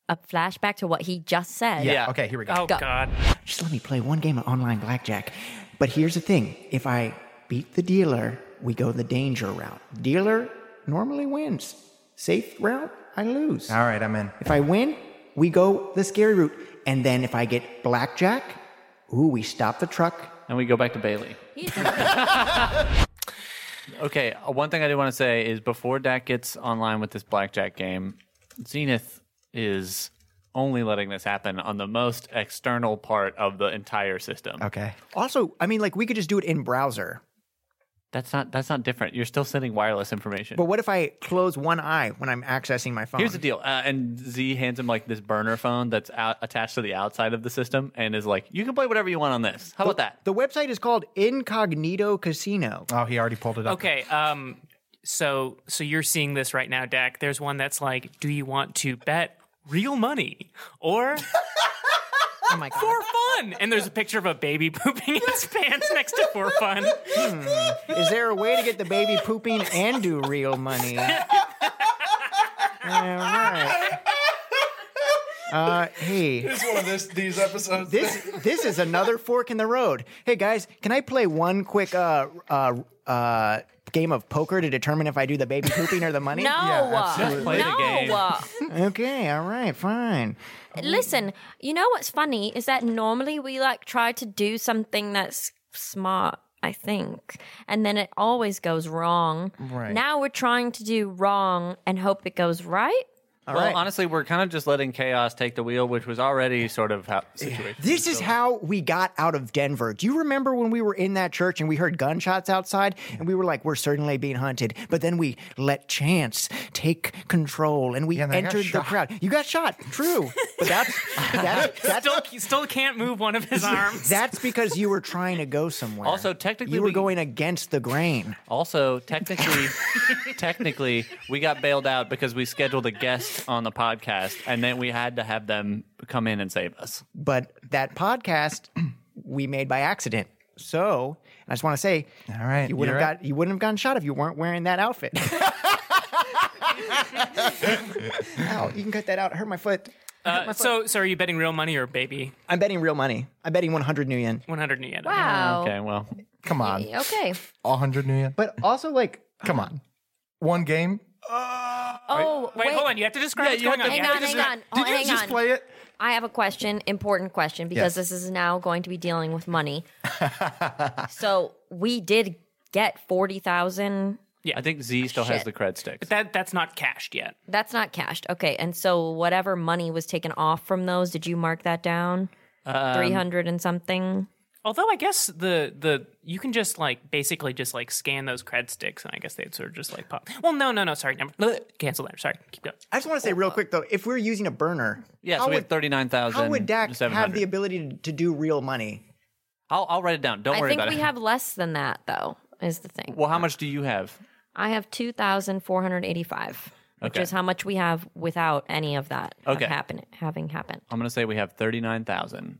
Speaker 8: a flashback to what he just said.
Speaker 6: Yeah.
Speaker 5: Okay, here we go.
Speaker 2: Oh
Speaker 8: Go.
Speaker 2: God.
Speaker 7: just let me play one game of online blackjack. But here's the thing if I beat the dealer, we go the danger route. Dealer normally wins. Safe route, I lose.
Speaker 5: All right, I'm in.
Speaker 7: If I win, we go the scary route. And then if I get blackjack, ooh, we stop the truck.
Speaker 6: And we go back to Bailey. okay, uh, one thing I do want to say is before Dak gets online with this blackjack game, Zenith is only letting this happen on the most external part of the entire system.
Speaker 5: Okay.
Speaker 7: Also, I mean, like, we could just do it in browser.
Speaker 6: That's not that's not different. You're still sending wireless information.
Speaker 7: But what if I close one eye when I'm accessing my phone?
Speaker 6: Here's the deal. Uh, and Z hands him like this burner phone that's out, attached to the outside of the system and is like, "You can play whatever you want on this. How about that?"
Speaker 7: The website is called Incognito Casino.
Speaker 5: Oh, he already pulled it up.
Speaker 2: Okay. Um. So so you're seeing this right now, Dak. There's one that's like, do you want to bet real money or
Speaker 8: Oh my God.
Speaker 2: for fun? And there's a picture of a baby pooping in his pants next to for fun.
Speaker 7: Is there a way to get the baby pooping and do real money? All right. Uh, hey,
Speaker 5: It's one of this, these episodes.
Speaker 7: this this is another fork in the road. Hey guys, can I play one quick uh uh uh game of poker to determine if I do the baby pooping or the money?
Speaker 8: No,
Speaker 6: the game.
Speaker 8: no.
Speaker 7: Okay, all right, fine.
Speaker 8: Listen, you know what's funny is that normally we like try to do something that's smart, I think, and then it always goes wrong.
Speaker 5: Right.
Speaker 8: Now we're trying to do wrong and hope it goes right.
Speaker 6: well,
Speaker 7: right.
Speaker 6: honestly, we're kind of just letting chaos take the wheel, which was already sort of how situation.
Speaker 7: This is how we got out of Denver. Do you remember when we were in that church and we heard gunshots outside and we were like, we're certainly being hunted? But then we let chance take control and we
Speaker 5: and I got
Speaker 7: entered the
Speaker 5: shot.
Speaker 7: crowd. You got shot, true. But that's, that's, that's,
Speaker 10: Still, he still can't move one of his arms.
Speaker 7: that's because you were trying to go somewhere.
Speaker 6: Also, technically
Speaker 7: you were
Speaker 6: we-
Speaker 7: going against the grain.
Speaker 6: Also, technically, technically, we got bailed out because we scheduled a guest on the podcast, and then we had to have them come in and save us.
Speaker 7: But that podcast we made by accident. So I just want to say,
Speaker 5: All right,
Speaker 7: you wouldn't
Speaker 5: you're
Speaker 7: have
Speaker 5: up.
Speaker 7: got you wouldn't have gotten shot if you weren't wearing that outfit. Ow, you can cut that out. It hurt my foot.
Speaker 10: Uh, so, so are you betting real money or baby?
Speaker 7: I'm betting real money. I'm betting 100 new yen.
Speaker 10: 100 yen.
Speaker 8: Wow.
Speaker 6: Okay, well,
Speaker 5: Come on,
Speaker 8: Okay.
Speaker 5: a hundred new yen.
Speaker 7: But also, like,
Speaker 5: Come on, one game. Uh,
Speaker 8: Oh,
Speaker 10: Wait, hold on. You have to describe what's going on. You
Speaker 8: Hang
Speaker 10: have
Speaker 8: on,
Speaker 10: to
Speaker 8: hang
Speaker 10: describe-
Speaker 8: on.
Speaker 5: Did
Speaker 8: Oh,
Speaker 5: you
Speaker 8: hang
Speaker 5: just
Speaker 8: on.
Speaker 5: play it?
Speaker 8: I have a question, important question, because
Speaker 5: Yes.
Speaker 8: this is now going to be dealing with money. so we did get forty thousand.
Speaker 6: I think Z still has
Speaker 8: Shit.
Speaker 6: the cred sticks.
Speaker 10: That, that's not cashed yet.
Speaker 8: That's not cashed. Okay, and so whatever money was taken off from those, did you mark that down?
Speaker 6: Um,
Speaker 8: Three hundred and something.
Speaker 10: Although I guess the the you can just like basically just like scan those cred sticks and I guess they'd sort of just like pop. Well, no, no, no. Sorry, never uh, cancel that. Sorry, keep going.
Speaker 7: I just want to say real quick though, if we're using a burner,
Speaker 6: yeah,
Speaker 7: how
Speaker 6: so we have
Speaker 7: would,
Speaker 6: thirty-nine thousand.
Speaker 7: how would Dak have the ability to, to do real money?
Speaker 6: I'll, I'll write it down. Don't
Speaker 8: I
Speaker 6: worry
Speaker 8: think
Speaker 6: about
Speaker 8: we
Speaker 6: it.
Speaker 8: have less than that, though. Is the thing.
Speaker 6: well, how much do you have?
Speaker 8: I have two thousand four hundred eighty-five, which
Speaker 6: Okay.
Speaker 8: is how much we have without any of that of
Speaker 6: Okay.
Speaker 8: happen- having happened.
Speaker 6: I'm gonna say we have thirty-nine thousand.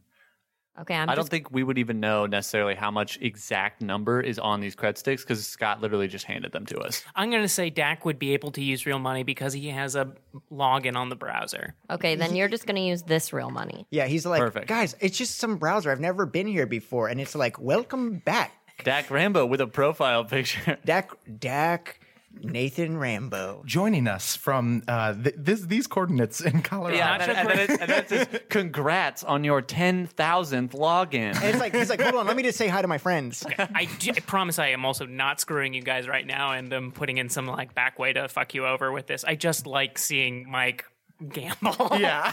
Speaker 8: Okay, I'm
Speaker 6: I
Speaker 8: just
Speaker 6: don't think we would even know necessarily how much exact number is on these cred sticks because Scott literally just handed them to us.
Speaker 10: I'm gonna say Dak would be able to use real money because he has a login on the browser.
Speaker 8: Okay, then you're just going to use this real money.
Speaker 7: Yeah, he's like,
Speaker 6: Perfect.
Speaker 7: guys, it's just some browser. I've never been here before, and it's like, welcome back,
Speaker 6: Dak Rambo with a profile picture.
Speaker 7: Dak, Dak, Nathan Rambo.
Speaker 5: Joining us from uh, th- this, these coordinates in Colorado.
Speaker 6: Yeah, and then, and, then it, and then it says, "Congrats on your ten thousandth login."
Speaker 7: And it's like he's like, hold on, let me just say hi to my friends.
Speaker 10: I, do- I promise I am also not screwing you guys right now and I'm putting in some like back way to fuck you over with this. I just like seeing Mike gamble.
Speaker 5: yeah.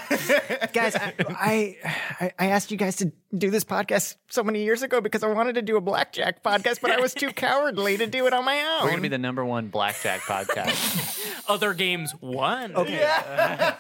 Speaker 7: guys, I, I I- I asked you guys to do this podcast so many years ago because I wanted to do a blackjack podcast, but I was too cowardly to do it on my
Speaker 6: We're
Speaker 7: own.
Speaker 6: gonna be the number one blackjack podcast.
Speaker 10: Other games won. Okay.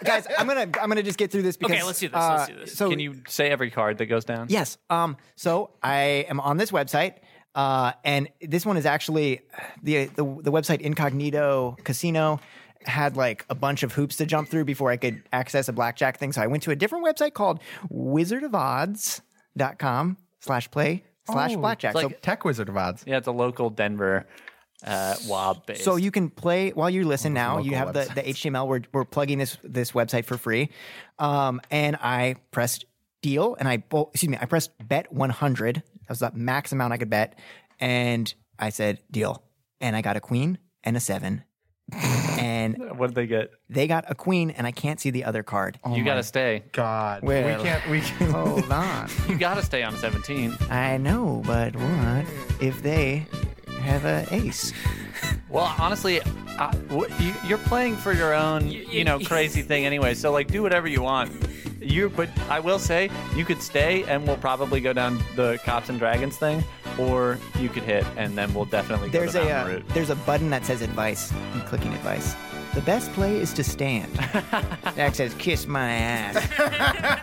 Speaker 7: guys, I'm gonna I'm gonna just get through this because
Speaker 10: Okay, let's do this,
Speaker 7: uh,
Speaker 10: let's do this.
Speaker 7: So
Speaker 6: Can you say every card that goes down?
Speaker 7: Yes. Um. So I am on this website, uh, and this one is actually the the, the website Incognito Casino had like a bunch of hoops to jump through before I could access a blackjack thing. So I went to a different website called wizardofodds.com slash play slash blackjack.
Speaker 6: Oh, it's
Speaker 7: so,
Speaker 6: like-
Speaker 5: Tech Wizard of Odds.
Speaker 6: Yeah, it's a local Denver uh, WAB base.
Speaker 7: so you can play while you listen now. You have
Speaker 5: local
Speaker 7: the, the HTML. We're, we're plugging this this website for free. Um, and I pressed deal and I, bo- excuse me, I pressed bet 100. That was the max amount I could bet. And I said deal. And I got a queen and a seven. and
Speaker 6: what did they get?
Speaker 7: they got a queen and I can't see the other card.
Speaker 6: you gotta stay.
Speaker 5: God,
Speaker 7: Well.
Speaker 5: we can't. We can't.
Speaker 7: Hold on.
Speaker 6: You gotta stay on seventeen.
Speaker 7: I know, but what if they have a ace?
Speaker 6: Well, honestly, I, w- you, you're playing for your own, you know, crazy thing anyway. So like, do whatever you want. You, but I will say, you could stay, and we'll probably go down the cops and dragons thing, or you could hit, and then we'll definitely go
Speaker 7: There's
Speaker 6: the
Speaker 7: a
Speaker 6: mountain
Speaker 7: uh,
Speaker 6: route.
Speaker 7: there's a button that says advice. I'm clicking advice. The best play is to stand. Zach says, "Kiss my ass."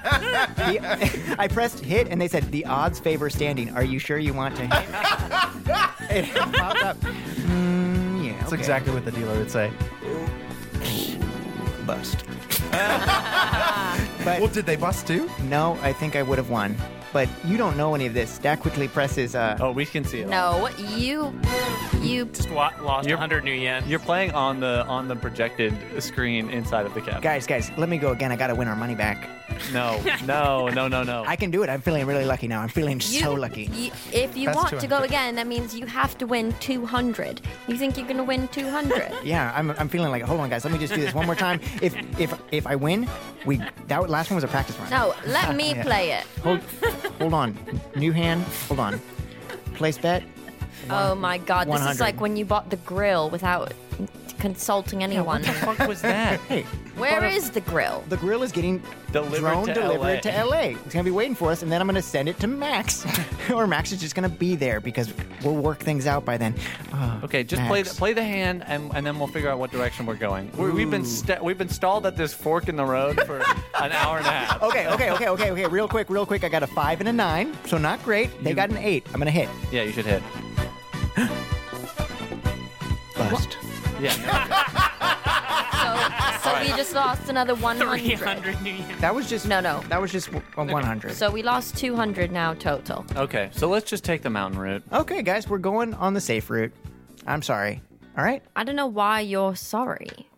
Speaker 7: The- I pressed hit, and they said the odds favor standing. Are you sure you want to hit? it popped up. Mm, yeah,
Speaker 5: That's
Speaker 7: okay.
Speaker 5: exactly what the dealer would say.
Speaker 7: bust.
Speaker 5: Well, did they bust too?
Speaker 7: No, I think I would have won. but you don't know any of this. Dak quickly presses. Uh,
Speaker 6: Oh, we can see it. all.
Speaker 8: No, you, you.
Speaker 10: Just wa- lost
Speaker 6: You're-
Speaker 10: 100 new yen.
Speaker 6: You're playing on the on the projected screen inside of the cabin.
Speaker 7: Guys, guys, let me go again. I gotta win our money back.
Speaker 6: No, no, no, no, no.
Speaker 7: I can do it. I'm feeling really lucky now. I'm feeling
Speaker 8: You,
Speaker 7: so lucky.
Speaker 8: you- if you
Speaker 5: That's
Speaker 8: want to go
Speaker 5: 200.
Speaker 8: again, that means you have to win 200. You think you're going to win 200?
Speaker 7: Yeah, I'm, I'm feeling like. Hold on, guys. Let me just do this one more time. If if if I win, we that last one was a practice run.
Speaker 8: no, let me play it.
Speaker 7: Hold hold on. New hand. Hold on. Place bet.
Speaker 8: Oh my god, this
Speaker 7: 100.
Speaker 8: is like when you bought the grill without consulting anyone.
Speaker 6: What the fuck was that?
Speaker 7: Hey,
Speaker 8: Where is the grill?
Speaker 7: the grill is getting
Speaker 6: Delivered
Speaker 7: drone
Speaker 6: to
Speaker 7: delivered
Speaker 6: LA.
Speaker 7: to LA. It's gonna be waiting for us, and then I'm gonna send it to Max, or Max is just gonna be there because we'll work things out by then. Ah,
Speaker 6: Okay, just play the,
Speaker 7: Max.
Speaker 6: play the hand, and, and then we'll figure out what direction we're going. we we've been sta we've been stalled at this fork in the road for an hour and a half.
Speaker 7: Okay, okay, okay, okay, okay. Real quick, real quick. I got a five and a nine, so not great. They got an eight. I'm gonna hit.
Speaker 6: Yeah, you should hit.
Speaker 11: Bust.
Speaker 6: Yeah,
Speaker 8: So, so we just lost another 100.
Speaker 10: 300 new yen.
Speaker 7: That was just
Speaker 8: No, no.
Speaker 7: That was just w- a 100.
Speaker 8: So we lost 200 now total.
Speaker 6: no. Okay, so let's just take the mountain route.
Speaker 7: okay, guys, we're going on the safe route. I'm sorry. All right.
Speaker 8: I don't know why you're sorry.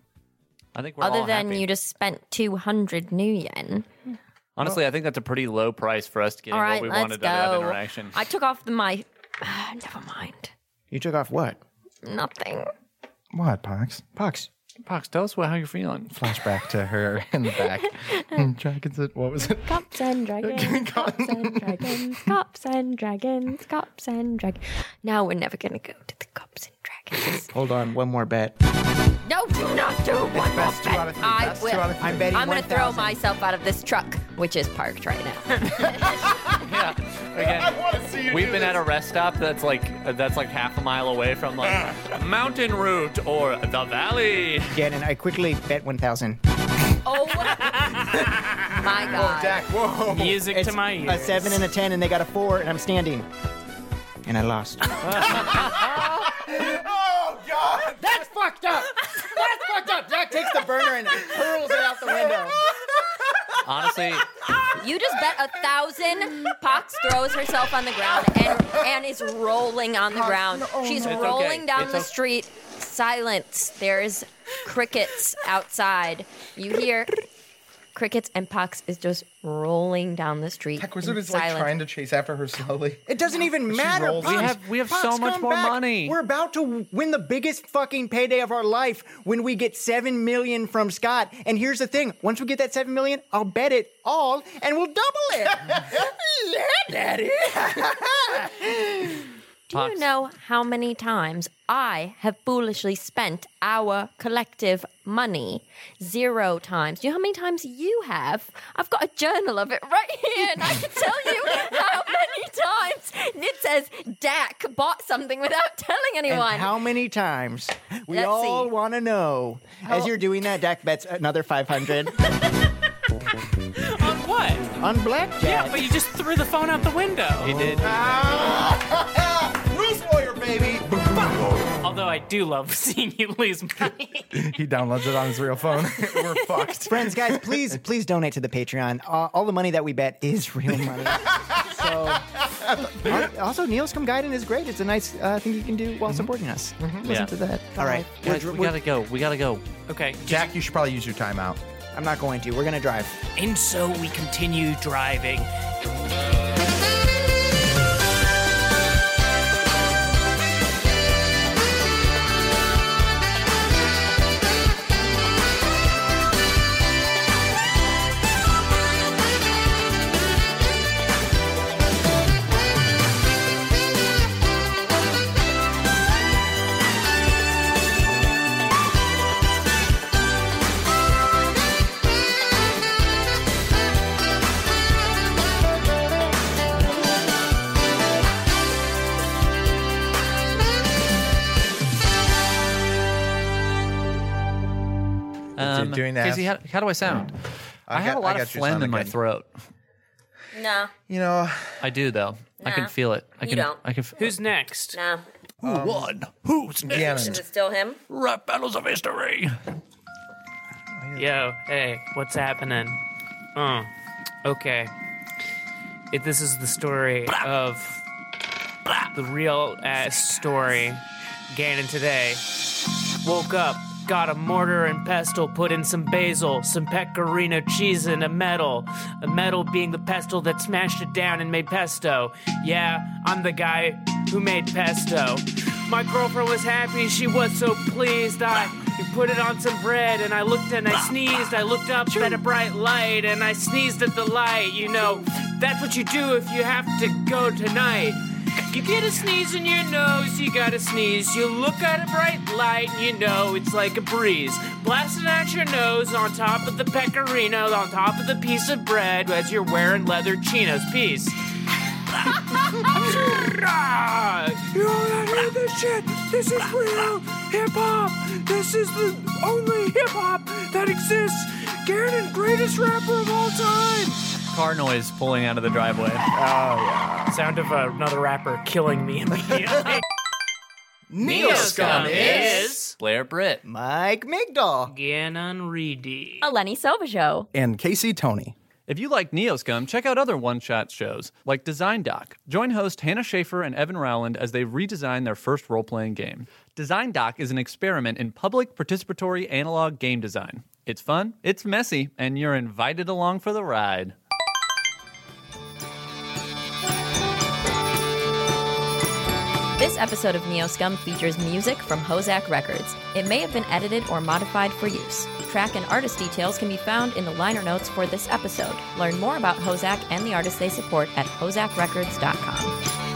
Speaker 6: I think we're all
Speaker 8: Other than
Speaker 6: happy.
Speaker 8: you just spent 200 new yen.
Speaker 6: Honestly, I think that's a pretty low price for us to get
Speaker 8: All right,
Speaker 6: what we
Speaker 8: let's
Speaker 6: wanted
Speaker 8: go.
Speaker 6: out of that interaction.
Speaker 8: I took off the my. never mind.
Speaker 7: You took off what?
Speaker 8: Nothing.
Speaker 5: What, Pox?
Speaker 7: Pucks.
Speaker 6: Pox, tell us what, how you're feeling.
Speaker 5: Flashback to her in the back. And Dragons, it- what was it?
Speaker 1: Cops and dragons, cops and dragons, cops and dragons, cops and dragons. Now we're never gonna go to the cops and dragons.
Speaker 7: Hold on, one more bet.
Speaker 8: No, do not do one more
Speaker 7: best two
Speaker 8: bet.
Speaker 7: out of three,
Speaker 8: I
Speaker 7: best two
Speaker 8: will.
Speaker 7: out of three. I'm betting
Speaker 8: I'm gonna throw
Speaker 7: 1,000.
Speaker 8: myself out of this truck, which is parked right now.
Speaker 6: yeah, again, we've been at a rest stop that's like uh, that's like half a mile away from like mountain route or the valley.
Speaker 7: Gannon, I quickly bet 1,000.
Speaker 8: oh my god.
Speaker 7: whoa.
Speaker 10: Music to my
Speaker 7: A
Speaker 10: ears.
Speaker 7: 7 and a 10, and they got a 4, and I'm standing. And I lost.
Speaker 5: Oh, God!
Speaker 7: That's fucked up! That's fucked up! Jack takes the burner and hurls it out the window.
Speaker 6: Honestly,
Speaker 8: You just bet a thousand. Pox throws herself on the ground and, and is rolling on the ground. She's
Speaker 6: It's
Speaker 8: rolling
Speaker 6: okay.
Speaker 8: down
Speaker 6: It's
Speaker 8: the
Speaker 6: o-
Speaker 8: street. Silence. There's crickets outside. You hear crickets, and Pox is just rolling down the street.
Speaker 5: Tech Wizard
Speaker 8: in
Speaker 5: is like
Speaker 8: silence.
Speaker 5: trying to chase after her slowly.
Speaker 7: It doesn't even matter.
Speaker 5: rolls. We
Speaker 7: Pops.
Speaker 6: have- we have
Speaker 7: Pops,
Speaker 6: so much
Speaker 7: come
Speaker 6: more
Speaker 7: back.
Speaker 6: money.
Speaker 7: We're about to win the biggest fucking payday of our life when we get seven million from Scott. And here's the thing: once we get that seven million, I'll bet it all, and we'll double it. yeah, Daddy.
Speaker 8: Do you know how many times I have foolishly spent our collective money? Zero times. Do you know how many times you have? I've got a journal of it right here, and I can tell you how many times it says Dak bought something without telling
Speaker 7: and
Speaker 8: anyone.
Speaker 7: how many times? We
Speaker 8: Let's
Speaker 7: all
Speaker 8: see.
Speaker 7: want to know. As you're doing that, Dak bets another five hundred
Speaker 10: On what?
Speaker 7: on blackjack.
Speaker 10: Yeah, but you just threw the phone out the window.
Speaker 6: he did.
Speaker 5: Rules lawyer, baby!
Speaker 10: Although I do love seeing you lose money.
Speaker 5: he downloads it on his real phone. We're fucked.
Speaker 7: Friends, guys, please, please donate to the Patreon. Uh, all the money that we bet is real money. so, Al- also, Neilscombe Gaiden is great. It's a nice uh, thing you can do while supporting us. Listen
Speaker 6: Mm-hmm. Yeah.
Speaker 7: to that. All right,
Speaker 6: Guys, we gotta go. We gotta go.
Speaker 10: okay.
Speaker 5: Jack, you should probably use your timeout.
Speaker 7: I'm not going to. We're gonna drive.
Speaker 10: And so we continue driving.
Speaker 6: Um,
Speaker 5: doing that.
Speaker 6: Casey, how, how do I sound? I, have
Speaker 5: got-
Speaker 6: a lot
Speaker 5: I
Speaker 6: of
Speaker 5: got you
Speaker 6: phlegm
Speaker 5: sounding
Speaker 6: in my
Speaker 5: good.
Speaker 6: throat.
Speaker 8: no,
Speaker 5: You know,
Speaker 6: I do though. I can
Speaker 8: Nah,
Speaker 6: feel it. I
Speaker 8: you
Speaker 6: can.
Speaker 8: don't.
Speaker 6: I can. f- Um,
Speaker 10: Who's next?
Speaker 8: no.
Speaker 6: who won? Who's next?
Speaker 5: Gannon.
Speaker 8: it still him?
Speaker 6: Rap battles of history.
Speaker 10: Yo, hey, what's happening? Oh, okay.
Speaker 2: It, this is the story of the real ass story. Ganon today woke up, got a mortar and pestle, put in some basil, some pecorino cheese, and a metal. A metal being the pestle that smashed it down and made pesto. Yeah, I'm the guy who made pesto. My girlfriend was happy, she was so pleased. I put it on some bread and I looked and I sneezed. I looked up at a bright light and I sneezed at the light. You know, that's what you do if you have to go tonight. You get a sneeze in your nose, you gotta sneeze. You look at a bright light, and you know it's like a breeze. Blasting out your nose on top of the pecorino, on top of the piece of bread as you're wearing leather chinos. Peace. you all gotta hear this shit. This is real hip hop. This is the only hip hop that exists. Gannon, greatest rapper of all time.
Speaker 6: Car noise pulling out of the driveway.
Speaker 2: Sound of another rapper killing me immediately.
Speaker 6: Neoscum is- Blair Britt.
Speaker 7: Mike Migdal.
Speaker 2: Gannon Reedy.
Speaker 8: A Lenny Silva show.
Speaker 5: And Casey Tony.
Speaker 6: If you like Neoscum, check out other one shot shows like Design Doc. Join host Hannah Schaefer and Evan Rowland as they redesign their first role playing game. Design Doc is an experiment in public participatory analog game design. It's fun, it's messy, and you're invited along for the ride.
Speaker 8: This episode of Neoscum features music from Hozak Records. It may have been edited or modified for use. Track and artist details can be found in the liner notes for this episode. Learn more about Hozak and the artists they support at hozakrecords.com.